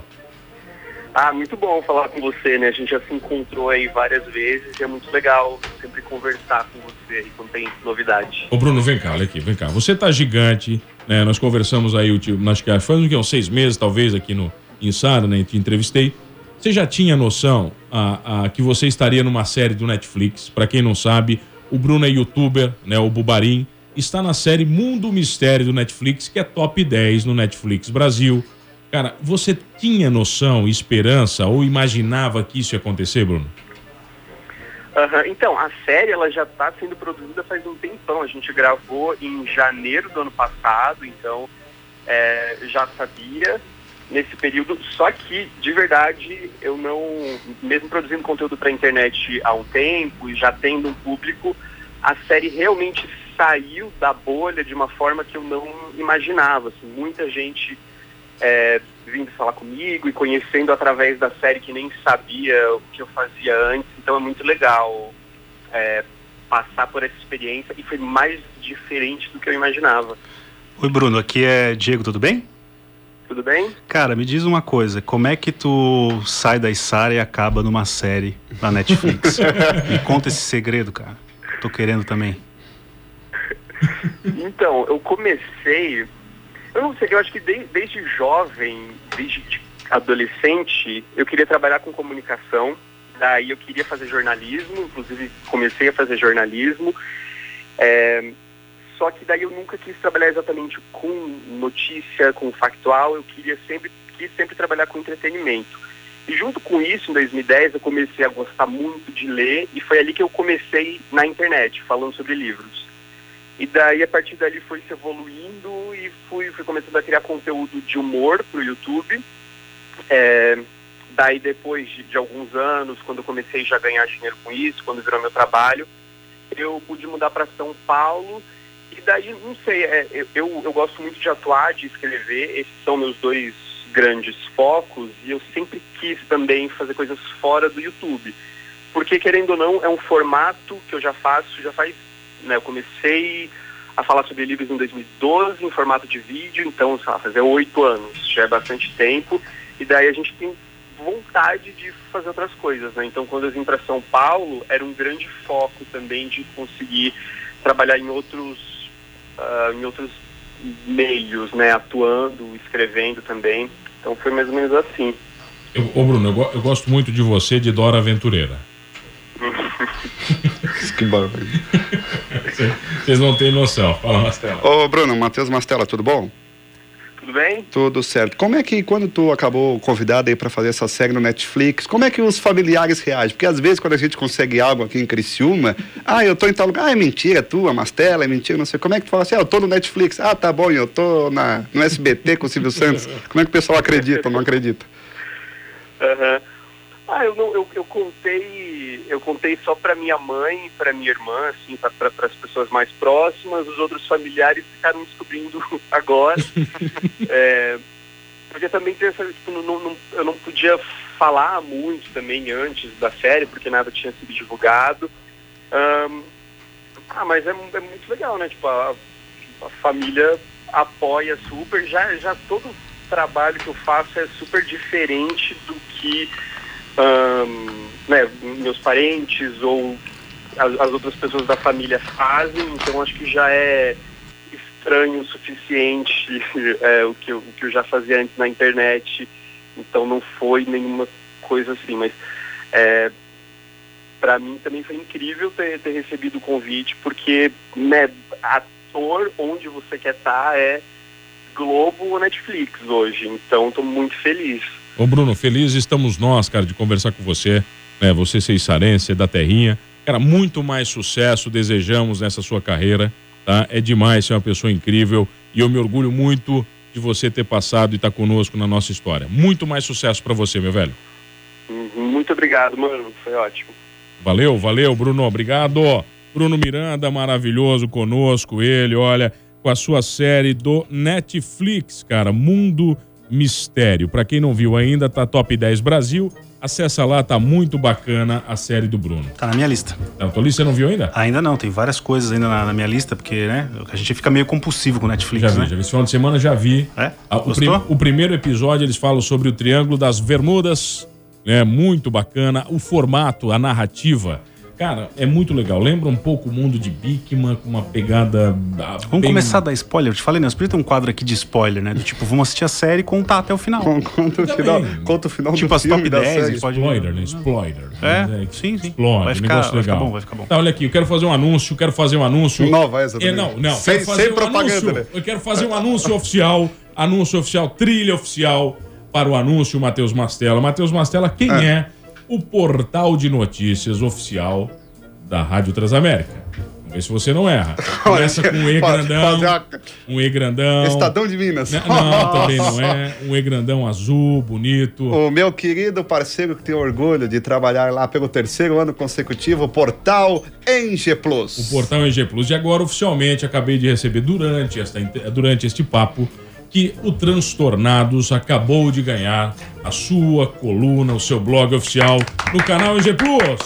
Ah, muito bom falar com você, né? A gente já se encontrou aí várias vezes e é muito legal sempre conversar com você aí quando tem novidade. Ô Bruno, vem cá, olha aqui, vem cá. Você tá gigante, né? Nós conversamos aí, o tio- acho que é, faz o quê? uns seis meses, talvez, aqui no Insara, né? Te entrevistei. Você já tinha noção ah, ah, que você estaria numa série do Netflix? Pra quem não sabe, o Bruno é youtuber, né? O Bubarim está na série Mundo Mistério do Netflix, que é top 10 no Netflix Brasil. Cara, você tinha noção, esperança ou imaginava que isso ia acontecer, Bruno? Aham, Então, a série ela já está sendo produzida faz um tempão. A gente gravou em janeiro do ano passado, então é, já sabia nesse período. Só que, de verdade, eu não, mesmo produzindo conteúdo para internet há um tempo e já tendo um público, a série realmente saiu da bolha de uma forma que eu não imaginava. Assim, muita gente é, vindo falar comigo e conhecendo através da série que nem sabia o que eu fazia antes. Então é muito legal é, passar por essa experiência e foi mais diferente do que eu imaginava. Oi, Bruno, aqui é Diego, tudo bem? Tudo bem? Cara, me diz uma coisa, como é que tu sai da Isara e acaba numa série na Netflix? me conta esse segredo, cara. Tô querendo também. Então, eu comecei. Eu não sei, eu acho que de- desde jovem, desde de- adolescente, eu queria trabalhar com comunicação. Daí eu queria fazer jornalismo, inclusive comecei a fazer jornalismo. É, só que daí eu nunca quis trabalhar exatamente com notícia, com factual. Eu queria sempre, quis sempre trabalhar com entretenimento. E junto com isso, em 2010, eu comecei a gostar muito de ler e foi ali que eu comecei na internet, falando sobre livros. E daí, a partir dali, foi se evoluindo e fui, fui começando a criar conteúdo de humor para o YouTube. É, daí, depois de, de alguns anos, quando eu comecei já a ganhar dinheiro com isso, quando virou meu trabalho, eu pude mudar para São Paulo. E daí, não sei, é, eu, eu, eu gosto muito de atuar, de escrever. Esses são meus dois grandes focos. E eu sempre quis também fazer coisas fora do YouTube. Porque, querendo ou não, é um formato que eu já faço, já faz né, eu comecei a falar sobre livros em 2012 em formato de vídeo, então sei lá, fazer oito anos, já é bastante tempo, e daí a gente tem vontade de fazer outras coisas, né? Então quando eu vim para São Paulo era um grande foco também de conseguir trabalhar em outros uh, em outros meios, né? Atuando, escrevendo também, então foi mais ou menos assim. Eu, ô Bruno, eu, go- eu gosto muito de você, de Dora Aventureira. que barulho. Vocês não têm noção. Fala, Mastela. Ô, Bruno, Matheus Mastela, tudo bom? Tudo bem? Tudo certo. Como é que, quando tu acabou convidado aí pra fazer essa série no Netflix, como é que os familiares reagem? Porque às vezes quando a gente consegue algo aqui em Criciúma, ah, eu tô em tal lugar, ah, é mentira, é tua, Mastela, é mentira, não sei. Como é que tu fala assim, ah, eu tô no Netflix, ah, tá bom, eu tô na, no SBT com o Silvio Santos. Como é que o pessoal acredita ou não acredita? Aham. Ah, eu, não, eu, eu contei, eu contei só para minha mãe, para minha irmã, assim, para as pessoas mais próximas. Os outros familiares ficaram descobrindo agora. É, porque também tem essa, tipo, não- não- não- eu não podia falar muito também antes da série, porque nada tinha sido divulgado. Ahn, ah, mas é, mu- é muito legal, né? Tipo, a, a família apoia super. Já, já todo trabalho que eu faço é super diferente do que ahn, né, meus parentes ou as, as outras pessoas da família fazem. Então acho que já é estranho o suficiente é, o, que eu, o que eu já fazia antes na internet. Então não foi nenhuma coisa assim, mas é, para mim também foi incrível ter, ter recebido o convite, porque né, ator onde você quer estar é Globo ou Netflix hoje. Então estou muito feliz. Ô Bruno, felizes estamos nós, cara, de conversar com você, né? Você ser isarense, da terrinha. Cara, muito mais sucesso desejamos nessa sua carreira, tá? É demais, você é uma pessoa incrível e eu me orgulho muito de você ter passado e estar conosco na nossa história. Muito mais sucesso pra você, meu velho. Uhum, Muito obrigado, mano. Foi ótimo. Valeu, valeu, Bruno. Obrigado. Bruno Miranda, maravilhoso conosco, ele, olha, com a sua série do Netflix, cara, Mundo Mistério. Pra quem não viu ainda, tá Top 10 Brasil. Acessa lá, tá muito bacana a série do Bruno. Tá na minha lista. Tá, Tolí, você não viu ainda? Ainda não, tem várias coisas ainda na, na minha lista, porque, né, a gente fica meio compulsivo com o Netflix, Já vi, né? já vi. Esse final de semana já vi. É? Ah, o, Gostou? prim- o primeiro episódio eles falam sobre o Triângulo das Bermudas, né? Muito bacana. O formato, a narrativa. Cara, é muito legal. Lembra um pouco o mundo de Bikman, com uma pegada. ah, Vamos bem- começar a dar spoiler? Eu te falei, né? Os tem um quadro aqui de spoiler, né? Do tipo, vamos assistir a série e contar até o final. Conta o final, conta o final Tipo do as filme top da 10, série. ele pode- Exploiter, né? Exploiter. É, né? sim, sim. Explode, Vai ficar- negócio vai ficar legal. bom, vai ficar bom. Tá, olha aqui, eu quero fazer um anúncio, quero fazer um anúncio. Nova essa é, também. não, não. Sem- quero fazer sem um propaganda, anúncio. né? Eu quero fazer um anúncio oficial, anúncio oficial, trilha oficial para o anúncio Matheus Mastella. Matheus Mastella, quem é. o portal de notícias oficial da Rádio Transamérica? Vamos ver se você não erra. Começa com um E Pode- grandão, pode- ah, um E grandão. Estadão de Minas. Né? Não, também não é. Um E grandão azul, bonito. O meu querido parceiro que tem orgulho de trabalhar lá pelo terceiro ano consecutivo, o Portal Enge Plus. O portal EG Plus. E agora, oficialmente, acabei de receber durante, esta, durante este papo que o Transtornados acabou de ganhar a sua coluna, o seu blog oficial no canal EG Plus.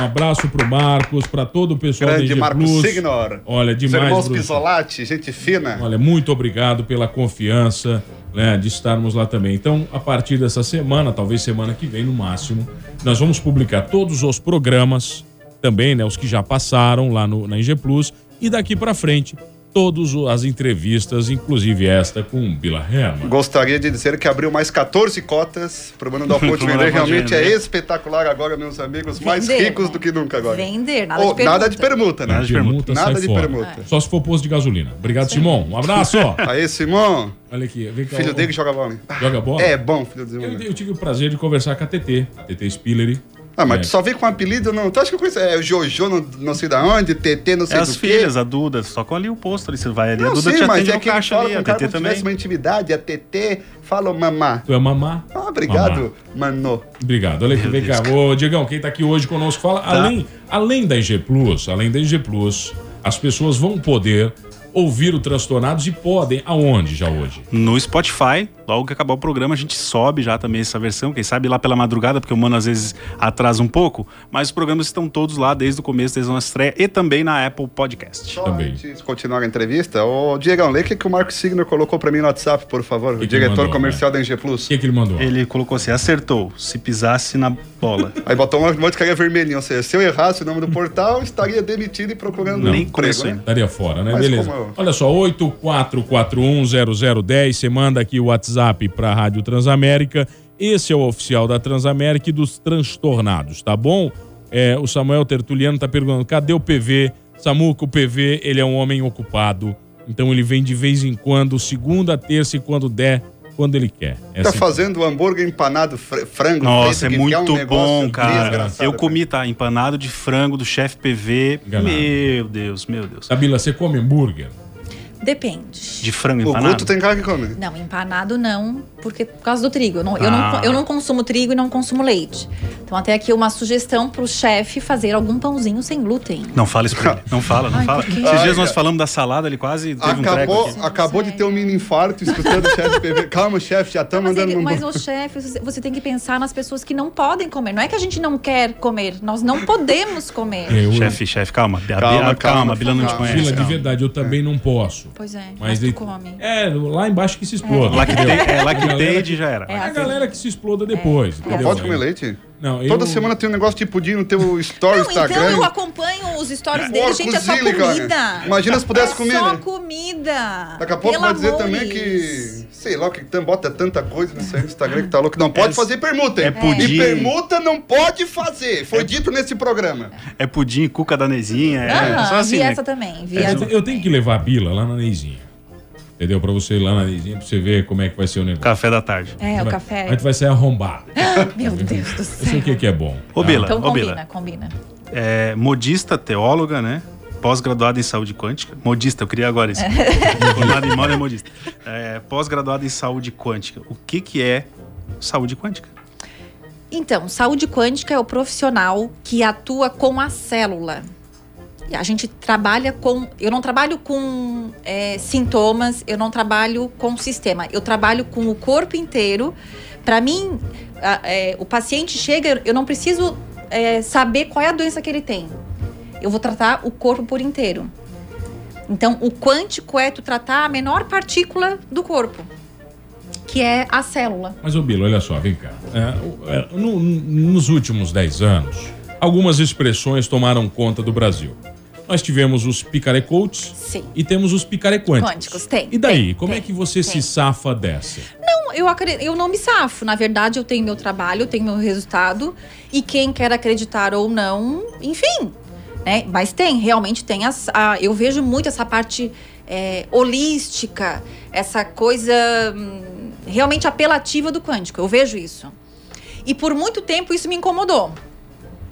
Um abraço pro Marcos, pra todo o pessoal Grande da EG Marcos Plus. Signor. Olha, Os demais. irmãos Bruno. Pisolati, gente fina. Olha, muito obrigado pela confiança né, de estarmos lá também. Então, a partir dessa semana, talvez semana que vem no máximo, nós vamos publicar todos os programas, também né, os que já passaram lá no, na IG Plus, e daqui pra frente, todas o- as entrevistas, inclusive esta com o Bila Herman. Gostaria de dizer que abriu mais 14 cotas pro Mano Dal Ponte Pro Mano vender. Dal Ponte Realmente é vender. espetacular agora, meus amigos, mais Vender, ricos né? do que nunca agora. Vender, nada Oh, de pergunta. nada de permuta, né? Nada de permuta. Nada sai de fora. permuta. Só se for posto de gasolina. Obrigado, Simão. Um abraço. Aí, Simão, Olha aqui. Vem cá, filho ó, dele que joga bola. hein? Joga bola? É bom, filho dele. Eu, né? eu tive o prazer de conversar com a TT, a TT Spillery. Ah, É. mas tu só vem com um apelido, não. Tu acha que eu conheço? É Jojo, não, não sei da onde, TT, não sei É do as quê. filhas, a Duda, só com ali o posto ali, você vai ali, a Não, Duda sim, te mas atende é no que ele caixa fala ali, com a o cara TT como se também. tivesse uma intimidade, a TT, fala mamá. Tu é mamá? Ah, obrigado, Mamá. mano. Obrigado. Olha aqui, vem cá. Ô, Diegão, quem tá aqui hoje conosco fala, além, além da IG Plus, além da IG Plus, as pessoas vão poder ouvir o Transtornados e podem, aonde já hoje? No Spotify, logo que acabar o programa, a gente sobe já também essa versão, quem sabe lá pela madrugada, porque o Mano às vezes atrasa um pouco, mas os programas estão todos lá desde o começo, desde a nossa estreia e também na Apple Podcast. Também. Antes de continuar a entrevista, ô Diegão, lê o que, que o Marco Signer colocou pra mim no WhatsApp, por favor. o que diretor mandou, comercial da NG Plus. O que, né? ele mandou? Ele colocou assim, acertou, se pisasse na bola. Aí botou um monte de carinha vermelhinha, ou seja, se eu errasse o nome do portal, estaria demitido e procurando um emprego, né? Estaria fora, né? Mas Beleza. como eu- Olha só, 84410010, você manda aqui o WhatsApp para a Rádio Transamérica. Esse é o oficial da Transamérica e dos transtornados, tá bom? É, o Samuel Tertuliano tá perguntando, cadê o PV? Samuca, o PV, ele é um homem ocupado. Então ele vem de vez em quando, segunda, terça e quando der, quando ele quer. É Tá assim. fazendo hambúrguer empanado, fr- frango Nossa, é frito, que muito um negócio bom, cara. desgraçado. Eu comi, tá? Empanado de frango do chefe PV. Meu Deus, meu Deus. Sabila, você come hambúrguer? Depende. De frango O empanado? Guto tem cara que come. Não, empanado não, porque por causa do trigo. Eu não, eu não, Ah. eu não consumo trigo e não consumo leite. Então, até aqui uma sugestão pro chefe fazer algum pãozinho sem glúten. Não fala isso pra ele. Não fala, não Ai, fala. por quê? Esses Ai, dias nós cara. falamos da salada, ele quase teve um treco Acabou, aqui. acabou de ter um mini infarto escutando o chefe PV. Calma, chefe, já estamos Mas, mandando ele- um mas o chefe, você- você tem que pensar nas pessoas que não podem comer. Não é que a gente não quer comer, nós não podemos comer. Chefe, chefe, calma. A Bia- a- Calma, Calma, a Bila não te conhece. Bila, de calma. verdade, eu também não posso. Pois é, mas, Mas tu ele- come. É, lá embaixo que se exploda. É. Lactei- entendeu? é, lactei A galera de já era. É, a assim. galera que se exploda depois. Não pode comer leite? Não, eu- Toda semana tem um negócio de pudim no teu story, Não, então Instagram. eu acompanho os stories Pô, dele, gente, é só cozinha, cara. comida. Imagina se pudesse É comer, Só né? comida. Daqui a pouco Pelo vai dizer amores. também que, sei lá, o que tam- bota tanta coisa nisso aí no Instagram que tá louco. Não pode É- fazer permuta, hein? é pudim. E permuta não pode fazer. Foi dito nesse programa. É pudim, cuca danezinha. É, Aham, só assim, vi né? essa também, vi É, essa eu, eu tenho que levar a Bila lá na Neizinha. Entendeu? Pra você ir lá na Neizinha, pra você ver como é que vai ser o negócio. Café da tarde. É, o vai, café. Aí tu vai sair arrombado. Meu Deus do céu. Eu sei o que, que é bom. Ô, Bila, Então ô, combina, Bila. combina. É, modista, teóloga, né? Pós-graduada em saúde quântica. Modista, eu queria agora isso. Formada em moda é modista. É, Pós-graduada em saúde quântica. O que que é saúde quântica? Então, saúde quântica é o profissional que atua com a célula. E A gente trabalha com. Eu não trabalho com é, sintomas, eu não trabalho com sistema, eu trabalho com o corpo inteiro. Para mim, a- é, o paciente chega, eu não preciso é, saber qual é a doença que ele tem. Eu vou tratar o corpo por inteiro. Então, o quântico é tu tratar a menor partícula do corpo, que é a célula. Mas, ô Bilo, olha só, vem cá. É, o- é, no- no- nos últimos 10 anos, algumas expressões tomaram conta do Brasil. Nós tivemos os picarecoaches Sim. e temos os picarequantes. Quânticos, tem. E daí, como é que você se safa dessa? Não, Então, eu, acre- eu não me safo. Na verdade, eu tenho meu trabalho, eu tenho meu resultado. E quem quer acreditar ou não, enfim. Né? Mas tem, realmente tem. As, a- eu vejo muito essa parte é, holística, essa coisa hum, realmente apelativa do quântico. Eu vejo isso. E por muito tempo isso me incomodou.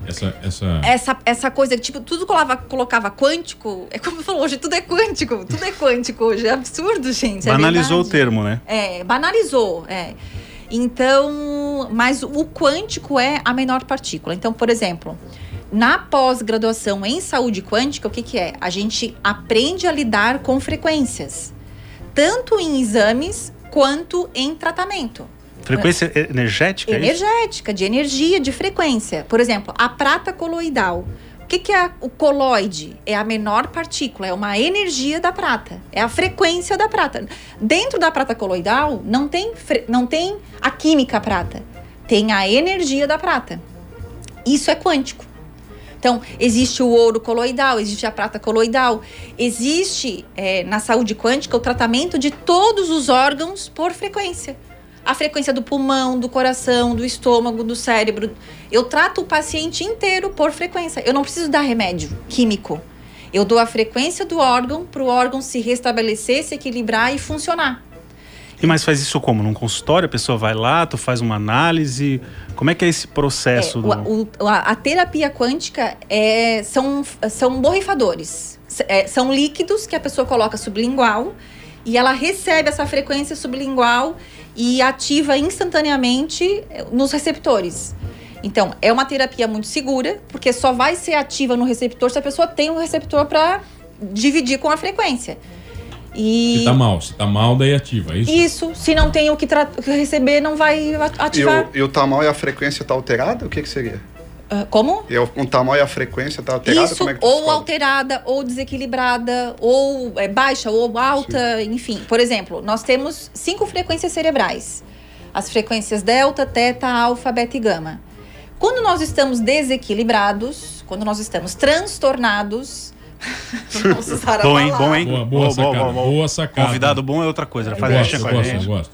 Essa, essa... Essa, essa coisa que, tipo, tudo colava, colocava quântico. É como falou, hoje tudo é quântico. Tudo é quântico hoje. É absurdo, gente. é Banalizou o verdade. termo, né? É, banalizou, é. Então, mas o quântico é a menor partícula. Então, por exemplo, na pós-graduação em saúde quântica, o que, que é? A gente aprende a lidar com frequências, tanto em exames quanto em tratamento. Frequência energética? é isso? Energética, de energia, de frequência. Por exemplo, a prata coloidal. O que, que é o coloide? É a menor partícula, é uma energia da prata, é a frequência da prata. Dentro da prata coloidal não tem, fre- não tem a química prata, tem a energia da prata. Isso é quântico. Então, existe o ouro coloidal, existe a prata coloidal, existe eh, na saúde quântica o tratamento de todos os órgãos por frequência. A frequência do pulmão, do coração, do estômago, do cérebro. Eu trato o paciente inteiro por frequência. Eu não preciso dar remédio químico. Eu dou a frequência do órgão para o órgão se restabelecer, se equilibrar e funcionar. E mas faz isso como? Num consultório, a pessoa vai lá, tu faz uma análise. Como é que é esse processo? É, do... o- o- a, a terapia quântica é, são, são borrifadores. S- é, são líquidos que a pessoa coloca sublingual e ela recebe essa frequência sublingual e ativa instantaneamente é, nos receptores. Então, é uma terapia muito segura, porque só vai ser ativa no receptor se a pessoa tem um receptor para dividir com a frequência. E Se tá mal, se tá mal, daí ativa, é isso? isso, se não tem o que, tra- o que receber, não vai a- E ativar. o, e o tamal e a frequência tá alterada? O que que seria? Ah, como? E o, o tamal e a frequência tá alterada? Isso, Como é que tu ou descobre? alterada, ou desequilibrada, ou é, baixa, ou alta, enfim. Por exemplo, nós temos cinco frequências cerebrais: as frequências delta, teta, alfa, beta e gama. Quando nós estamos desequilibrados, quando nós estamos transtornados. Vamos usar a Bom, hein? palavra. Bom, hein? Boa, boa sacada, boa sacada. Convidado bom é outra coisa. Eu Faz gosto, mexa eu com a gosto, eu gente. gosto.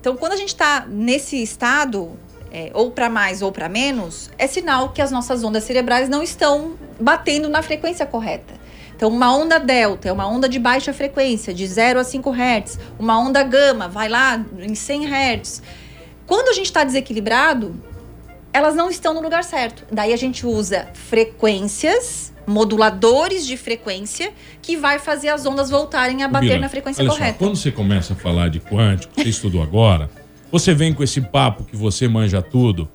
Então, quando a gente está nesse estado, é, ou para mais ou para menos, é sinal que as nossas ondas cerebrais não estão batendo na frequência correta. Então, uma onda delta é uma onda de baixa frequência, de 0 a 5 Hz. Uma onda gama vai lá em 100 Hz. Quando a gente está desequilibrado, elas não estão no lugar certo. Daí a gente usa frequências, moduladores de frequência, que vai fazer as ondas voltarem a bater Bila, na frequência olha só, correta. quando você começa a falar de quântico, você estudou agora, você vem com esse papo que você manja tudo.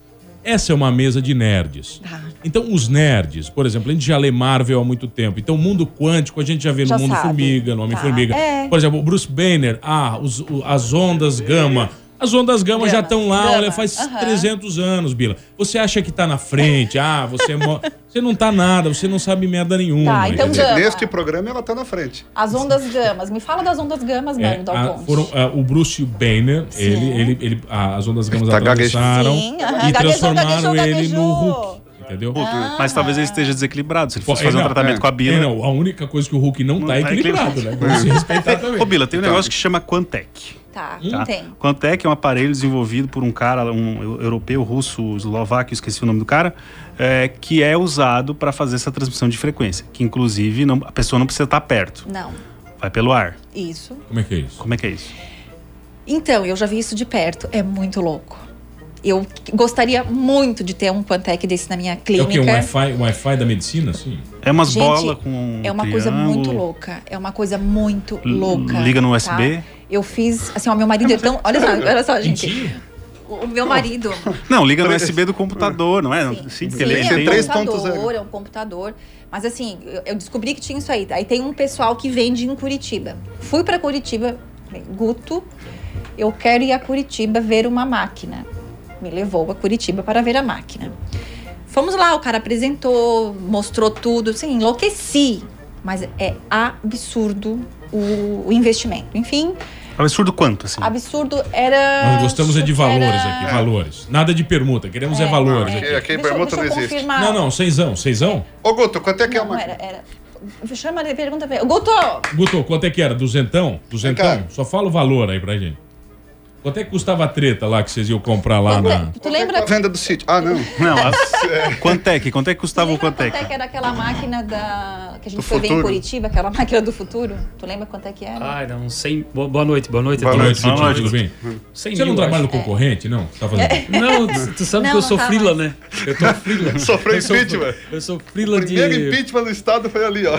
Essa é uma mesa de nerds. Ah. Então, os nerds, por exemplo, a gente já lê Marvel há muito tempo. Então, o mundo quântico a gente já vê Já no Mundo sabe. Formiga, no Homem-Formiga. Tá. É. Por exemplo, o Bruce Banner, ah, os- o- as ondas gama. As ondas gama, já Gama, estão lá, gama, olha, faz aham. 300 anos, Bila. Você acha que tá na frente, ah, você... é mo- você não tá nada, você não sabe merda nenhuma. Tá, então entendeu? gama. Neste programa ela tá na frente. As ondas gamas. Me fala das ondas gamas, É, mano, Dal a- Ponte. foram, ah, o Bruce Banner, Sim. ele, ele, ele- ah, as ondas gamas Tá atravessaram gaguejando. Sim, aham. e Gaguejou, transformaram gaguejou, ele gaguejou. Ah. no Hulk, entendeu? Mas talvez ele esteja desequilibrado. Se ele Pô, fosse fazer é, um não, tratamento é. com a É, Bila. não, a única coisa que o Hulk não, tá é tá equilibrado, né? equilibrado. Vamos se respeitar também. Ô, Bila, tem um negócio que chama Quantec. Ah. Tá, Tá? tem. Quantec é um aparelho desenvolvido por um cara, um eu- europeu, russo, eslovaco, esqueci o nome do cara, é, que é usado para fazer essa transmissão de frequência. Que inclusive não- a pessoa não precisa estar perto, Não, vai pelo ar. isso. Como é que é isso? Como é que é isso? Então, eu já vi isso de perto. É muito louco. Eu gostaria muito de ter um Quantec desse na minha É o clínica. quê? Um Wi-Fi wi da medicina, assim? É umas Gente, bolas com. É uma coisa muito triângulo. louca. É uma coisa muito L- louca. liga no tá? USB? Eu fiz, assim, ó, meu marido é tão. Olha só, olha só, gente. Mentira. O o meu marido. Não, liga no USB do computador, não é? Sim, porque ele Sim, tem. né? é um 3.0. computador, é um computador. Mas assim, eu- eu descobri que tinha isso aí. Aí tem um pessoal que vende em Curitiba. Fui pra Curitiba, falei, Guto, eu quero ir a Curitiba ver uma máquina. Me levou a Curitiba para ver a máquina. Fomos lá, o cara apresentou, mostrou tudo, assim, enlouqueci. Mas é absurdo o, o investimento. Enfim, Absurdo quanto, assim? absurdo era. Nós gostamos é de valores era- aqui, valores. Nada de permuta, queremos é, valores. é. aqui. Aqui- aqui Deixa eu- permuta deixa eu não existe. confirmar. Não, não, seisão, seisão? Ô, Guto, quanto é que é Não, uma... não era, era. Chama ele, pergunta pra ele. Guto! Guto, quanto é que era? Duzentão? Duzentão? Cara. Só fala o valor aí pra gente. Quanto é que custava a treta lá que vocês iam comprar lá na... é Tu lembra, A venda do sítio. Ah, não. Não, a... Quantec, quanto é que tu custava o lembra quanto Quantec? é que era aquela máquina da. que a gente Do foi ver em futuro. Curitiba, aquela máquina do futuro? Tu lembra quanto é que era? Ah, não sei. Boa, boa noite, boa noite. Boa a Boa todos. noite, Boa Guto, noite. tudo bem? Cem Você não mil, trabalha no acho. É. concorrente, não? Tá fazendo... Não, tu- tu sabe Não, que eu não sou tá frila, mais. né? Eu tô frila. Sofreu Eu sou- impeachment. Eu sou O frila de... primeiro impeachment do Estado foi ali, ó.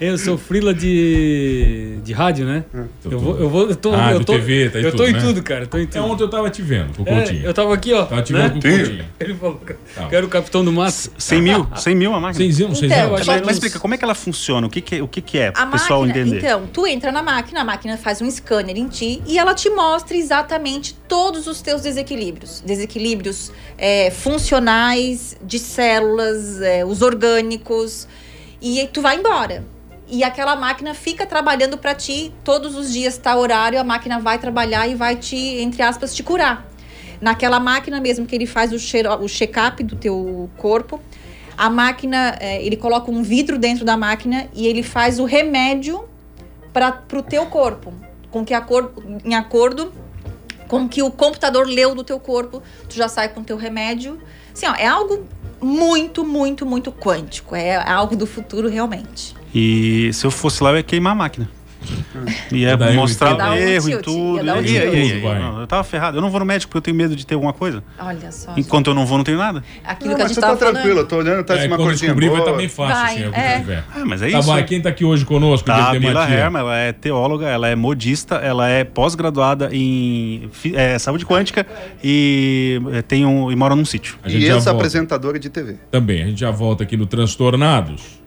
Eu sou frila de, de rádio, né? Eu vou, eu vou, eu tô, Rádio, eu tô, TV, tá em eu tô tudo, em né? tudo, cara, eu tô em É, tudo. ontem eu tava te vendo, com o É, Coutinho. eu tava aqui, ó. Tava te né? vendo com o Coutinho. Ele falou, Tá. quero o capitão do maço. 100 mil? 100 mil a máquina? Seisão, Então, seisão. eu Mas, acho mas explica, como é que ela funciona? O que, que, o que, que é? A Pro pessoal máquina, entender. então, tu entra na máquina, a máquina faz um scanner em ti e ela te mostra exatamente todos os teus desequilíbrios. Desequilíbrios é, funcionais, de células, é, os orgânicos. E aí tu vai embora. E aquela máquina fica trabalhando pra ti todos os dias, tá horário, a máquina vai trabalhar e vai te, entre aspas, te curar. Naquela máquina mesmo que ele faz o, cheiro- o check-up do teu corpo, a máquina, é, ele coloca um vidro dentro da máquina e ele faz o remédio para o teu corpo, com que acor- em acordo com o que o computador leu do teu corpo, tu já sai com o teu remédio. Assim, ó, é algo muito, muito, muito quântico. É algo do futuro realmente. E se eu fosse lá, eu ia queimar a máquina. E é Ia dar um mostrar tilt. Ia dar um erro e tilt, tudo. ia dar um e- tilt. e- e- e- Vai. não, Eu tava ferrado. Eu não vou no médico porque eu tenho medo de ter alguma coisa. Olha só. Enquanto eu não vou, não tenho nada. Aquilo Não, que a mas gente você tava tá falando. tranquilo, eu tô olhando, tá de É, uma quando corzinha descobrir boa. vai estar bem fácil, Vai, assim, o que é. tiver. Ah, mas é Tá, isso. vai, quem tá aqui hoje conosco, Tá, a Diego Bila Dematia? Herma, ela é teóloga, ela é modista, ela é pós-graduada em fi- é, saúde quântica e, é, tem um, e mora num sítio. A gente E já volta. ex-apresentadora de TV. Também, a gente já volta aqui no Transtornados.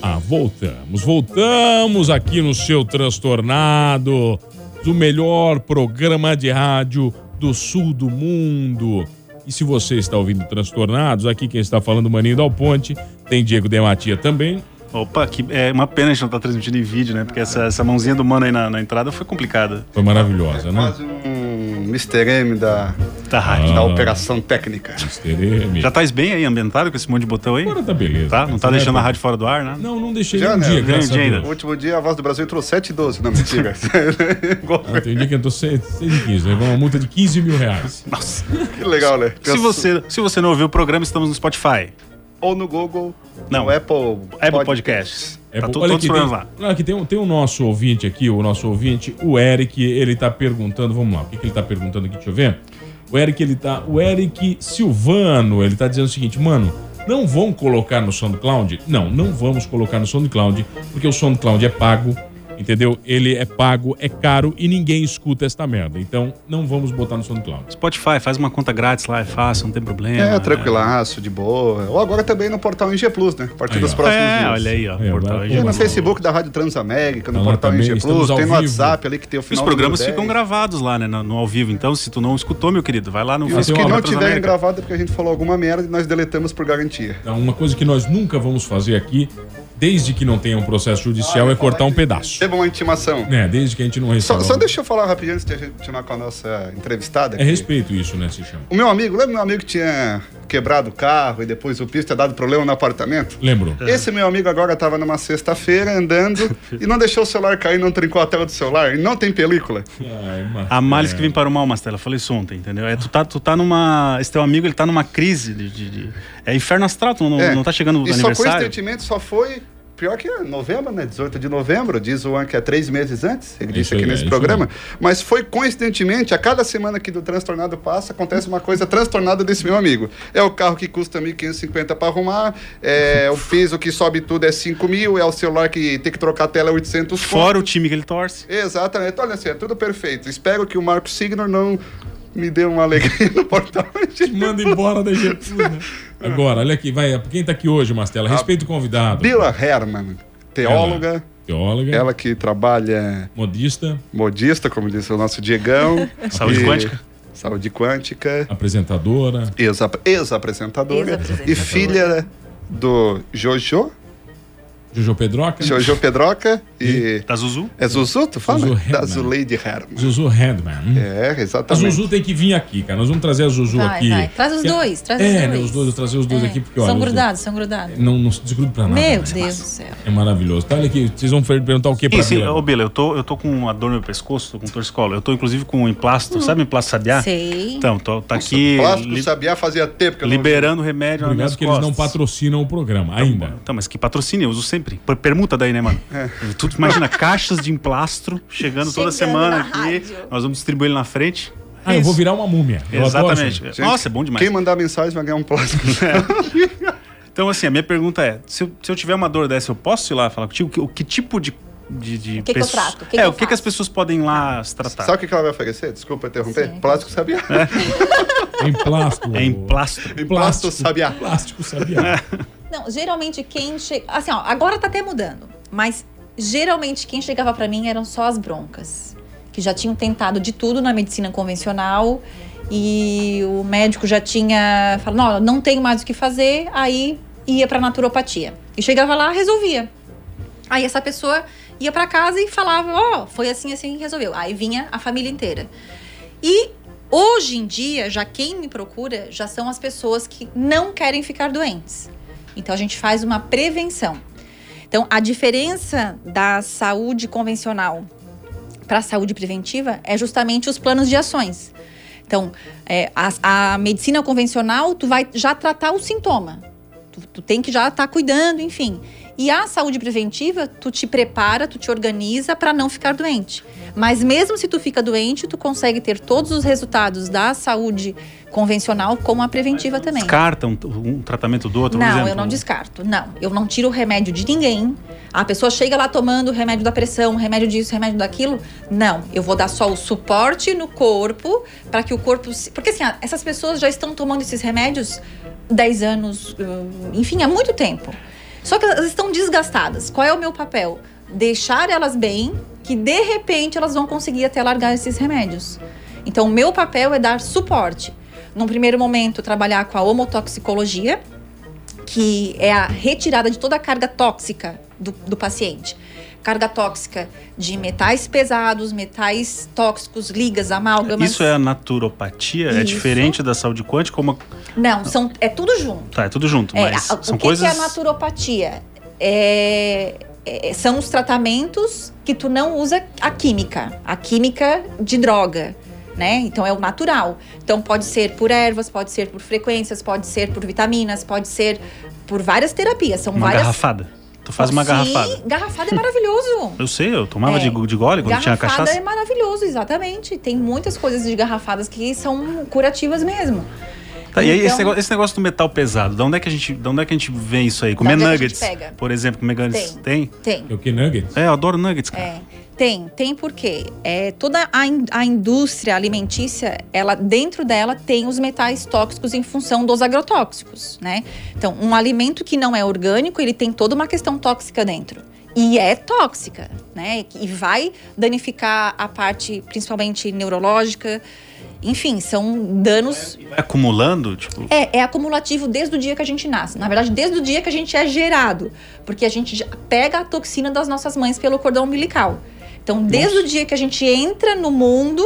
Ah, voltamos, voltamos aqui no seu Transtornado, do melhor programa de rádio do sul do mundo. E se você está ouvindo Transtornados, aqui quem está falando Maninho Dal Ponte, tem Diego Dematia também. Opa, que, é uma pena a gente não estar transmitindo em vídeo, né? Porque essa, essa mãozinha do mano aí na, na entrada foi complicada. Foi maravilhosa, né? Quase um Mr. M da, Tá, da operação técnica. Tereme. Já tá bem aí ambientado com esse monte de botão aí? Agora tá beleza. Tá? Não tá Você deixando vai- a rádio fora do ar, né? Não, não deixei nenhum Já, né? dia, Nenhum graças a dia ainda. Deus. No último dia, a Voz do Brasil entrou 7 e 12. Não, mentira. Ah, Tem dia que entrou 6 e 15, levou né? uma multa de 15 mil reais. Nossa. que legal, né? Se Pensou- você, se você não ouviu o programa, estamos no Spotify. Ou no Google, Não. no Apple, Apple Podcasts. É, tá bom. to- olha aqui, todos os tem, programas lá. olha aqui, tem um, tem um nosso ouvinte aqui, o nosso ouvinte, o Eric, ele tá perguntando, vamos lá, o que, que ele tá perguntando aqui, deixa eu ver. O Eric, ele tá, o Eric Silvano, ele tá dizendo o seguinte, mano, não vão colocar no SoundCloud? Não, não vamos colocar no SoundCloud, porque o SoundCloud é pago, entendeu? Ele é pago, é caro e ninguém escuta esta merda. Então, não vamos botar no SoundCloud. Spotify, faz uma conta grátis lá, é fácil, não tem problema. né? É, tranquilaço, de boa. Ou agora também no portal NG Plus, né? A partir Aí, dos ó. próximos É, dias. olha aí, ó. É, portal vai- aí. E Mano. no Facebook da Rádio Transamérica, no Tá lá portal também, NG estamos Plus, ao tem no vivo. WhatsApp ali que tem o Os final programas do 10. ficam gravados lá, né? No, no ao vivo. Então, se tu não escutou, meu querido, vai lá no E os Tem que uma não da Transamérica. tiverem gravado é porque a gente falou alguma merda e nós deletamos por garantia. Então, uma coisa que nós nunca vamos fazer aqui, desde que não tenha um processo judicial, é cortar um pedaço. Teve uma intimação. É, desde que a gente não Só, receba. só deixa eu falar rapidinho antes de a gente continuar com a nossa entrevistada. É aqui. respeito isso, né, se chama. O meu amigo, lembra meu amigo que tinha quebrado o carro e depois o piso tinha dado problema no apartamento? Lembrou? Esse meu amigo agora estava numa sexta-feira andando e não deixou o celular cair, não trincou a tela do celular e não tem película. Ai, mas- A males que vem para o mal, Mastela. Falei isso ontem, entendeu? É, tu, tá, tu tá numa. Esse teu amigo, ele tá numa crise de. de- de- é inferno astral, tu não, É. não tá chegando no E só aniversário. coincidentemente só foi pior que novembro, né? 18 de novembro, diz o An que é três meses antes, ele disse Isso aqui aí, é, nesse isso programa. aí. Mas foi coincidentemente, a cada semana que do transtornado passa, acontece uma coisa transtornada desse meu amigo. É o carro que custa 1.550 para arrumar, é o piso que sobe tudo é 5 mil, é o celular que tem que trocar a tela é 800 Fora o conto. time que ele torce. Exatamente. Olha assim, é tudo perfeito. Espero que o Marco Signor não me dê uma alegria no portal. Manda embora da gente. né? Agora, olha aqui, vai. Quem tá aqui hoje, Mastela? Respeita o convidado. Bila Herman, teóloga, Teóloga, ela que trabalha modista, modista, como disse o nosso Diegão. Saúde E- quântica. Saúde quântica. apresentadora. exa- Ex-apresentadora. Ex-apresentadora. e filha do Jojo. Jojo Pedroca. Jojo Pedroca e... Da Zuzu? É Zuzu, tu fala? Zuzu Herman. da Zuleide Herman. Zuzu Handman. É, A exatamente. Zuzu tem que vir aqui, cara. Nós vamos trazer a Zuzu Vai, aqui. vai. Traz os Que- dois, traz os é, dois. né, os dois. Eu trazer os dois É, aqui, porque olha. são os dois- grudados, são grudados. Não, não se desgruda pra nada. Meu né? Deus do céu. É maravilhoso. Tá, olha aqui, vocês vão perguntar o que pra Ih, sim, Bila? ô Bila, eu tô, eu tô com uma dor no meu pescoço, tô com torcicolo. Eu tô inclusive com um emplasto, sabe emplasto sabiá? Sei. Então, tô, tá aqui Plástico li- Sabiá fazia tempo que eu não- liberando remédio nas minhas Obrigado que eles não costas. patrocinam o programa ainda. Então, mas que patrocínio, eu uso sempre. Per- Permuta daí, né, mano? É. Tu imagina caixas de emplastro chegando, toda Chegando semana na aqui. rádio. Nós vamos distribuir ele na frente. Ah, É eu vou isso. virar uma múmia. Eu adoro isso. Exatamente. Gente, Nossa, é bom demais. Quem mandar mensagem vai ganhar um plástico. Então, assim, a minha pergunta é: se eu, se eu tiver uma dor dessa, eu posso ir lá falar contigo? Que, o que tipo de. de, de O que que eu pessoa- trato? O que é, que eu o que, que as faço? pessoas podem lá se tratar? Sabe o que que ela vai oferecer? Desculpa interromper. Plástico Sabiá. Em plástico. É em plástico. Plástico Sabiá. Plástico, sabia? Não, geralmente quem chega. Assim, ó, agora tá até mudando. Mas geralmente quem chegava pra mim eram só as broncas. Que já tinham tentado de tudo na medicina convencional. E o médico já tinha falado: não, não tenho mais o que fazer. Aí ia pra naturopatia. E chegava lá, resolvia. Aí essa pessoa ia pra casa e falava: ó, foi assim, assim, resolveu. Aí vinha a família inteira. E hoje em dia, já quem me procura já são as pessoas que não querem ficar doentes. Então a gente faz uma prevenção. Então a diferença da saúde convencional para a saúde preventiva é justamente os planos de ações. Então, é, a, a medicina convencional, tu vai já tratar o sintoma. Tu, tu tem que já estar cuidando, enfim. E a saúde preventiva, tu te prepara, tu te organiza para não ficar doente. Mas mesmo se tu fica doente, tu consegue ter todos os resultados da saúde convencional como a preventiva também. Descarta um, um tratamento do outro, por Não, exemplo? eu não descarto. Não, eu não tiro o remédio de ninguém. A pessoa chega lá tomando o remédio da pressão, o remédio disso, o remédio daquilo. Não, eu vou dar só o suporte no corpo para que o corpo. se- Porque assim, ah, essas pessoas já estão tomando esses remédios 10 anos, hum, enfim, há muito tempo. Só que elas estão desgastadas. Qual é o meu papel? Deixar elas bem, que de repente elas vão conseguir até largar esses remédios. Então, o meu papel é dar suporte. Num primeiro momento, trabalhar com a homotoxicologia, que é a retirada de toda a carga tóxica do, do paciente. Carga tóxica de metais pesados, metais tóxicos, ligas, amálgamas. Isso é a naturopatia? É Isso. diferente da saúde quântica? Como... Não, são, é tudo junto. Tá, é tudo junto, É, mas a- o são que, coisas... que é a naturopatia? É- é- são os tratamentos que tu não usa a química, a química de droga, né? Então é o natural. Então pode ser por ervas, pode ser por frequências, pode ser por vitaminas, pode ser por várias terapias. São Uma várias. garrafada. Tu faz uma Sim, garrafada. garrafada é maravilhoso. Eu sei, eu tomava É. de, de gole quando tinha Garrafada cachaça. é maravilhoso, exatamente. Tem muitas coisas de garrafadas que são curativas mesmo. Tá, e aí, esse Então- negócio, esse negócio do metal pesado, de onde é que a gente, de onde é que a gente vê isso aí? Comer onde é que a gente nuggets, pega? por exemplo, comer nuggets. Tem? Tem. Eu que nuggets? É, eu adoro nuggets, cara. É, tem, tem porque é, toda a, in- a indústria alimentícia, ela dentro dela tem os metais tóxicos em função dos agrotóxicos, né? Então, um alimento que não é orgânico, ele tem toda uma questão tóxica dentro. E é tóxica, né? E vai danificar a parte principalmente neurológica. Enfim, são danos Vai acumulando, tipo... é, é acumulativo desde o dia que a gente nasce. Na verdade, desde o dia que a gente é gerado. Porque a gente já pega a toxina das nossas mães pelo cordão umbilical. Então, desde o dia que a gente entra no mundo,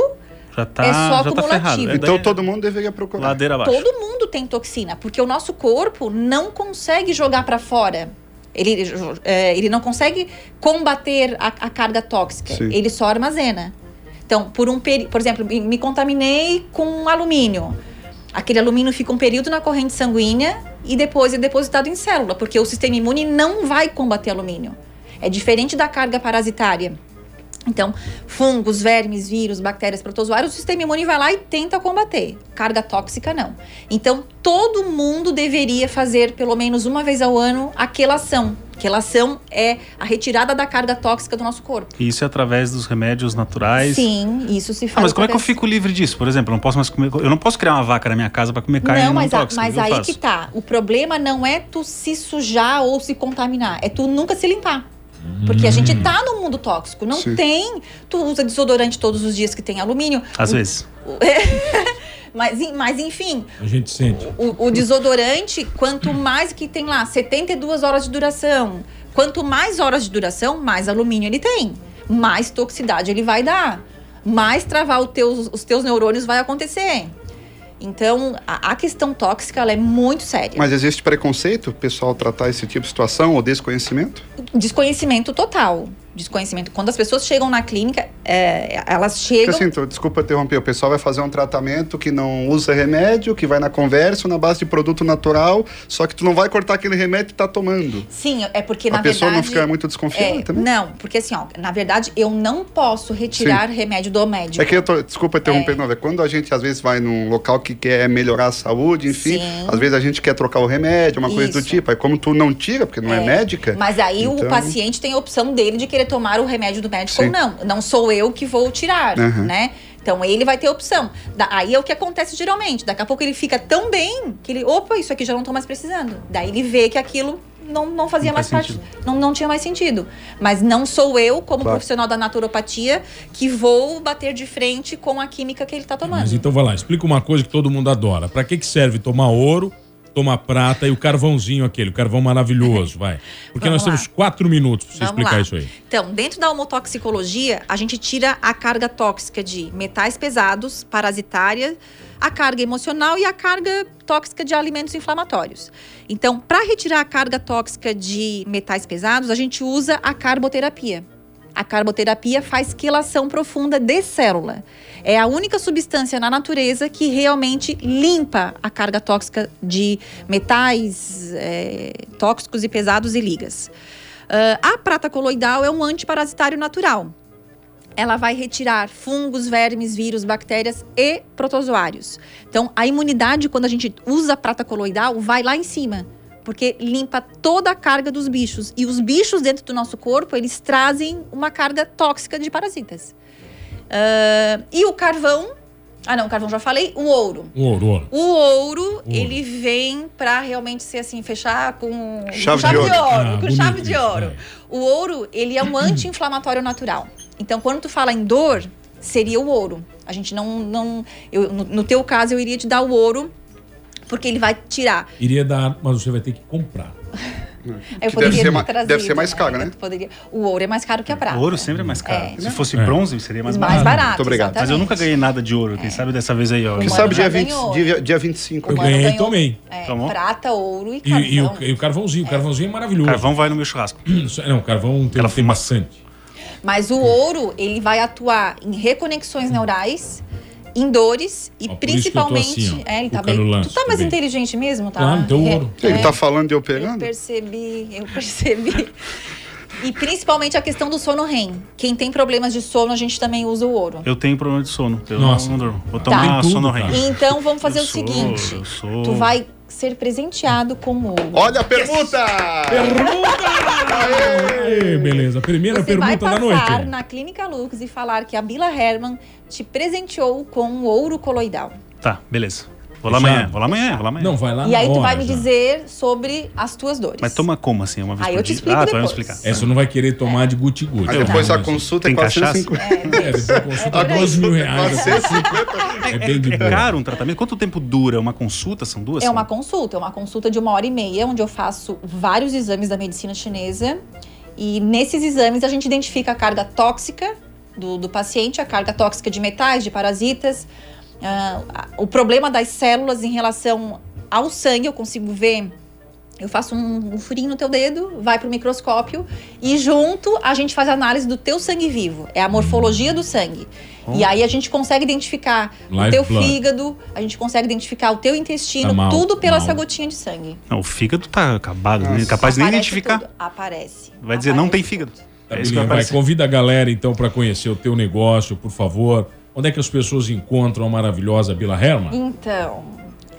Já tá, é só já tá acumulativo. ferrado. É Então daí- todo mundo deveria procurar. Ladeira abaixo. todo mundo tem toxina. Porque o nosso corpo não consegue jogar pra fora. Ele, é, ele não consegue combater a, a carga tóxica. Sim. Ele só armazena. Então, por um peri- por exemplo, me- me contaminei com alumínio. Aquele alumínio fica um período na corrente sanguínea e depois é depositado em célula, porque o sistema imune não vai combater alumínio. É diferente da carga parasitária. Então, fungos, vermes, vírus, bactérias, protozoários, o sistema imune vai lá e tenta combater. Carga tóxica não. Então, todo mundo deveria fazer pelo menos uma vez ao ano a quelação. Quelação é a retirada da carga tóxica do nosso corpo. E isso é através dos remédios naturais. Sim, isso se faz. Ah, mas como é que eu através- fico livre disso? Por exemplo, eu não posso mais comer. Eu não posso criar uma vaca na minha casa pra comer carne não, mas, a- tóxica. o mas eu aí faço? que tá. O problema não é tu se sujar ou se contaminar, é tu nunca se limpar. Porque a gente Hum. tá no mundo tóxico, não Sim. tem. Tu usa desodorante todos os dias que tem alumínio. Às O- vezes. o- mas, en- mas enfim, A gente sente. o, o desodorante, quanto mais que tem lá, 72 horas de duração. Quanto mais horas de duração, mais alumínio ele tem. Mais toxicidade ele vai dar. Mais travar o teus- os teus neurônios vai acontecer. Então, a, a questão tóxica ela é muito séria. Mas existe preconceito, o pessoal tratar esse tipo de situação ou desconhecimento? Desconhecimento total. Desconhecimento. Quando as pessoas chegam na clínica, é, elas Porque chegam. assim, tu- desculpa interromper, o pessoal vai fazer um tratamento que não usa remédio, que vai na conversa, na base de produto natural, só que tu não vai cortar aquele remédio que tá tomando. Sim, é porque A na pessoa não verdade. fica muito desconfiada é, também? Não, porque assim, ó, na verdade, eu não posso retirar remédio do médico. É que eu tô, desculpa interromper, não, é quando a gente às vezes vai num local que quer melhorar a saúde, enfim, Sim. às vezes a gente quer trocar o remédio, uma coisa do Isso. tipo. Aí como tu não tira, porque não é, É, médica. Mas aí o então- paciente tem a opção dele de querer tomar o remédio do médico Sim. ou não. Não sou eu que vou tirar, Aham. né? Então ele vai ter a opção. Da- aí é o que acontece geralmente. Daqui a pouco ele fica tão bem que ele, opa, isso aqui já não tô mais precisando. Daí ele vê que aquilo não, não fazia Não mais faz parte, não, não tinha mais sentido. Mas não sou eu, como Claro. profissional da naturopatia, que vou bater de frente com a química que ele tá tomando. Mas então vai lá, explica uma coisa que todo mundo adora. Pra que que serve tomar ouro, tomar prata e o carvãozinho aquele, o carvão maravilhoso, vai. Porque nós Vamos temos quatro minutos pra você Vamos explicar lá. isso aí. Então, dentro da homotoxicologia, a gente tira a carga tóxica de metais pesados, parasitária, a carga emocional e a carga tóxica de alimentos inflamatórios. Então, para retirar a carga tóxica de metais pesados, a gente usa a carboterapia. A carboterapia faz quelação profunda de célula. É a única substância na natureza que realmente limpa a carga tóxica de metais é, tóxicos e pesados e ligas. Ah, a prata coloidal é um antiparasitário natural. Ela vai retirar fungos, vermes, vírus, bactérias e protozoários. Então, a imunidade, quando a gente usa a prata coloidal, vai lá em cima, porque limpa toda a carga dos bichos. E os bichos dentro do nosso corpo, eles trazem uma carga tóxica de parasitas. Ah, e o carvão. Ah, não, carvão já falei. O ouro. O Um ouro, ouro. O ouro, ele vem para realmente ser assim, fechar com com Chave de ouro. Ah, com bonito chave de isso, ouro. O ouro, ele é um anti-inflamatório natural. Então, quando tu fala em dor, seria o ouro. A gente não. não eu, no, no teu caso, eu iria te dar o ouro, porque ele vai tirar. Iria dar, mas você vai ter que comprar. Eu Que deve, poderia ser ter ma- trazido, deve ser mais né? caro, né? Poderia. O ouro é mais caro que a prata. O ouro sempre é mais caro. É. Hum. Se fosse bronze, seria mais barato. Mais barato, Muito obrigado. Mas eu nunca ganhei nada de ouro. É. Quem sabe dessa vez aí, ó. Quem sabe dia 20 ganhou. dia- 25. Eu Mano, ganhei e ganhou. tomei. É, Tomou? prata, ouro e E, carvão. e o, e o carvãozinho. O carvãozinho é maravilhoso. Carvão vai no meu churrasco. Não, o carvão tem, um tem bastante. Mas o ouro, ele vai atuar em reconexões neurais, em dores e Ó, por isso que eu tô principalmente. assim, ó, é, ele tá colocando bem. o lance, tu tá mais bem. inteligente mesmo, tá? Claro, tem o ouro. É, Ele é, tá falando de eu Eu pegando? percebi, eu percebi. e principalmente a questão do sono REM. Quem tem problemas de sono, a gente também usa o ouro. Eu tenho problema de sono. Eu Nossa. não durmo. Vou Tá. tomar Tem tudo, sono cara. Então vamos fazer Eu o sou, seguinte: eu sou. tu vai ser presenteado com ouro. Olha a pergunta! Aê, beleza. Primeira Você vai pergunta da passar noite. na Clínica Lux e falar que a Bila Herman te presenteou com um ouro coloidal. Tá, beleza. Vou lá amanhã. Vou lá amanhã. Vou lá amanhã. Não, vai lá e aí tu vai me dizer sobre as tuas dores. Mas toma como assim? Uma vez Aí por eu te dia? explico Ah, tu vai me depois. explicar. É, você não vai querer tomar de guti-guti. tá Aí depois a consulta é Tem cachaça? 450. É, depois a consulta A é 2 mil reais. 450. É bem de É boa. caro um tratamento? Quanto tempo dura uma consulta? São duas? É uma consulta, é uma consulta de uma hora e meia, onde eu faço vários exames da medicina chinesa. E nesses exames a gente identifica a carga tóxica do, do paciente, a carga tóxica de metais, de parasitas, ah, a- o problema das células em relação ao sangue. Eu consigo ver, eu faço um, um furinho no teu dedo, vai para o microscópio e junto a gente faz a análise do teu sangue vivo, é a morfologia do sangue. E aí a gente consegue identificar o Oh. Live teu blood. fígado, a gente consegue identificar o teu intestino, Tá mal, tudo pela mal. essa gotinha de sangue. Não, o fígado tá acabado, né? capaz de nem Aparece identificar. tudo, Aparece. Vai dizer, não tem fígado. Tá, É isso Bilinha, que vai vai, aparecer. convida a galera então para conhecer o teu negócio, por favor. Onde é que as pessoas encontram a maravilhosa Bila Herman? Então,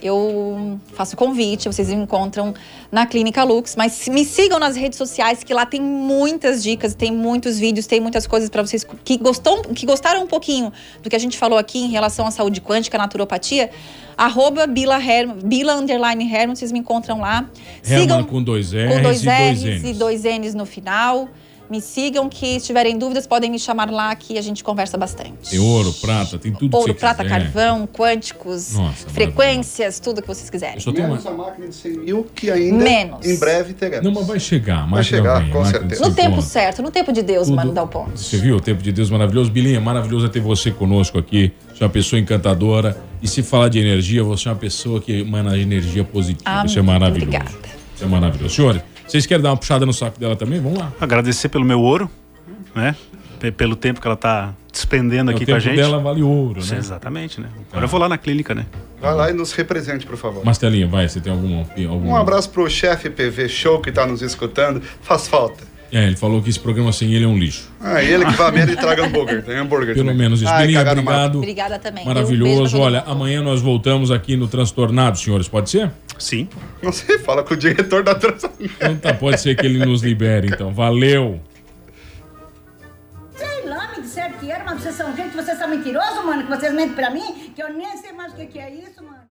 eu faço convite, vocês me encontram na Clínica Lux, mas se- me sigam nas redes sociais que lá tem muitas dicas, tem muitos vídeos, tem muitas coisas para vocês que gostam, que gostaram um pouquinho do que a gente falou aqui em relação à saúde quântica, naturopatia. Arroba Bila Herman, Bila Underline Herman, vocês me encontram lá. Herman com dois R's com dois e dois R's N's. e dois N's no final. Me sigam, que se tiverem dúvidas, podem me chamar lá que a gente conversa bastante. Tem ouro, prata, tem tudo Ouro, que você prata, quiser. carvão, quânticos, Nossa, frequências, tudo que vocês quiserem. Eu só tenho uma- Menos a máquina de 100 mil que ainda Menos. em breve teremos. Não, mas vai chegar. a Vai máquina chegar, vem, a com máquina certeza. se No tempo encontra. certo, no tempo de Deus, mano, dá o ponto. Você viu o tempo de Deus maravilhoso? Bilinha, maravilhoso é ter você conosco aqui. Você é uma pessoa encantadora. E se falar de energia, você é uma pessoa que emana energia positiva. Amém. Isso é maravilhoso. Obrigada. Isso é maravilhoso. Senhores, vocês querem dar uma puxada no saco dela também? Vamos lá. Agradecer pelo meu ouro, né? P- Pelo tempo que ela tá despendendo É, aqui o com a tempo gente. dela vale ouro, Sim, né? Exatamente, né? Agora eu vou lá na clínica, né? Vai lá e nos represente, por favor. Mastelinha, vai, você tem alguma. Um alguma... abraço pro chefe PV Show que tá nos escutando. Faz falta. É, ele falou que esse programa sem ele é um lixo. Ah, ele que vai à merda e traga hambúrguer. Tem hambúrguer Pelo também. menos isso. Ai, Bilinha, cagaram obrigado. Obrigada também. Um beijo Maravilhoso. pra Olha, amanhã nós voltamos aqui no Transtornado, senhores. Pode ser? Sim. Não sei, fala com o diretor da Transamérica. Então tá, pode ser que ele nos libere, então. Valeu. Sei lá, me disseram que era, mas vocês são gente, vocês são mentirosos, mano, que vocês mentem pra mim, que eu nem sei mais o que que é isso, mano.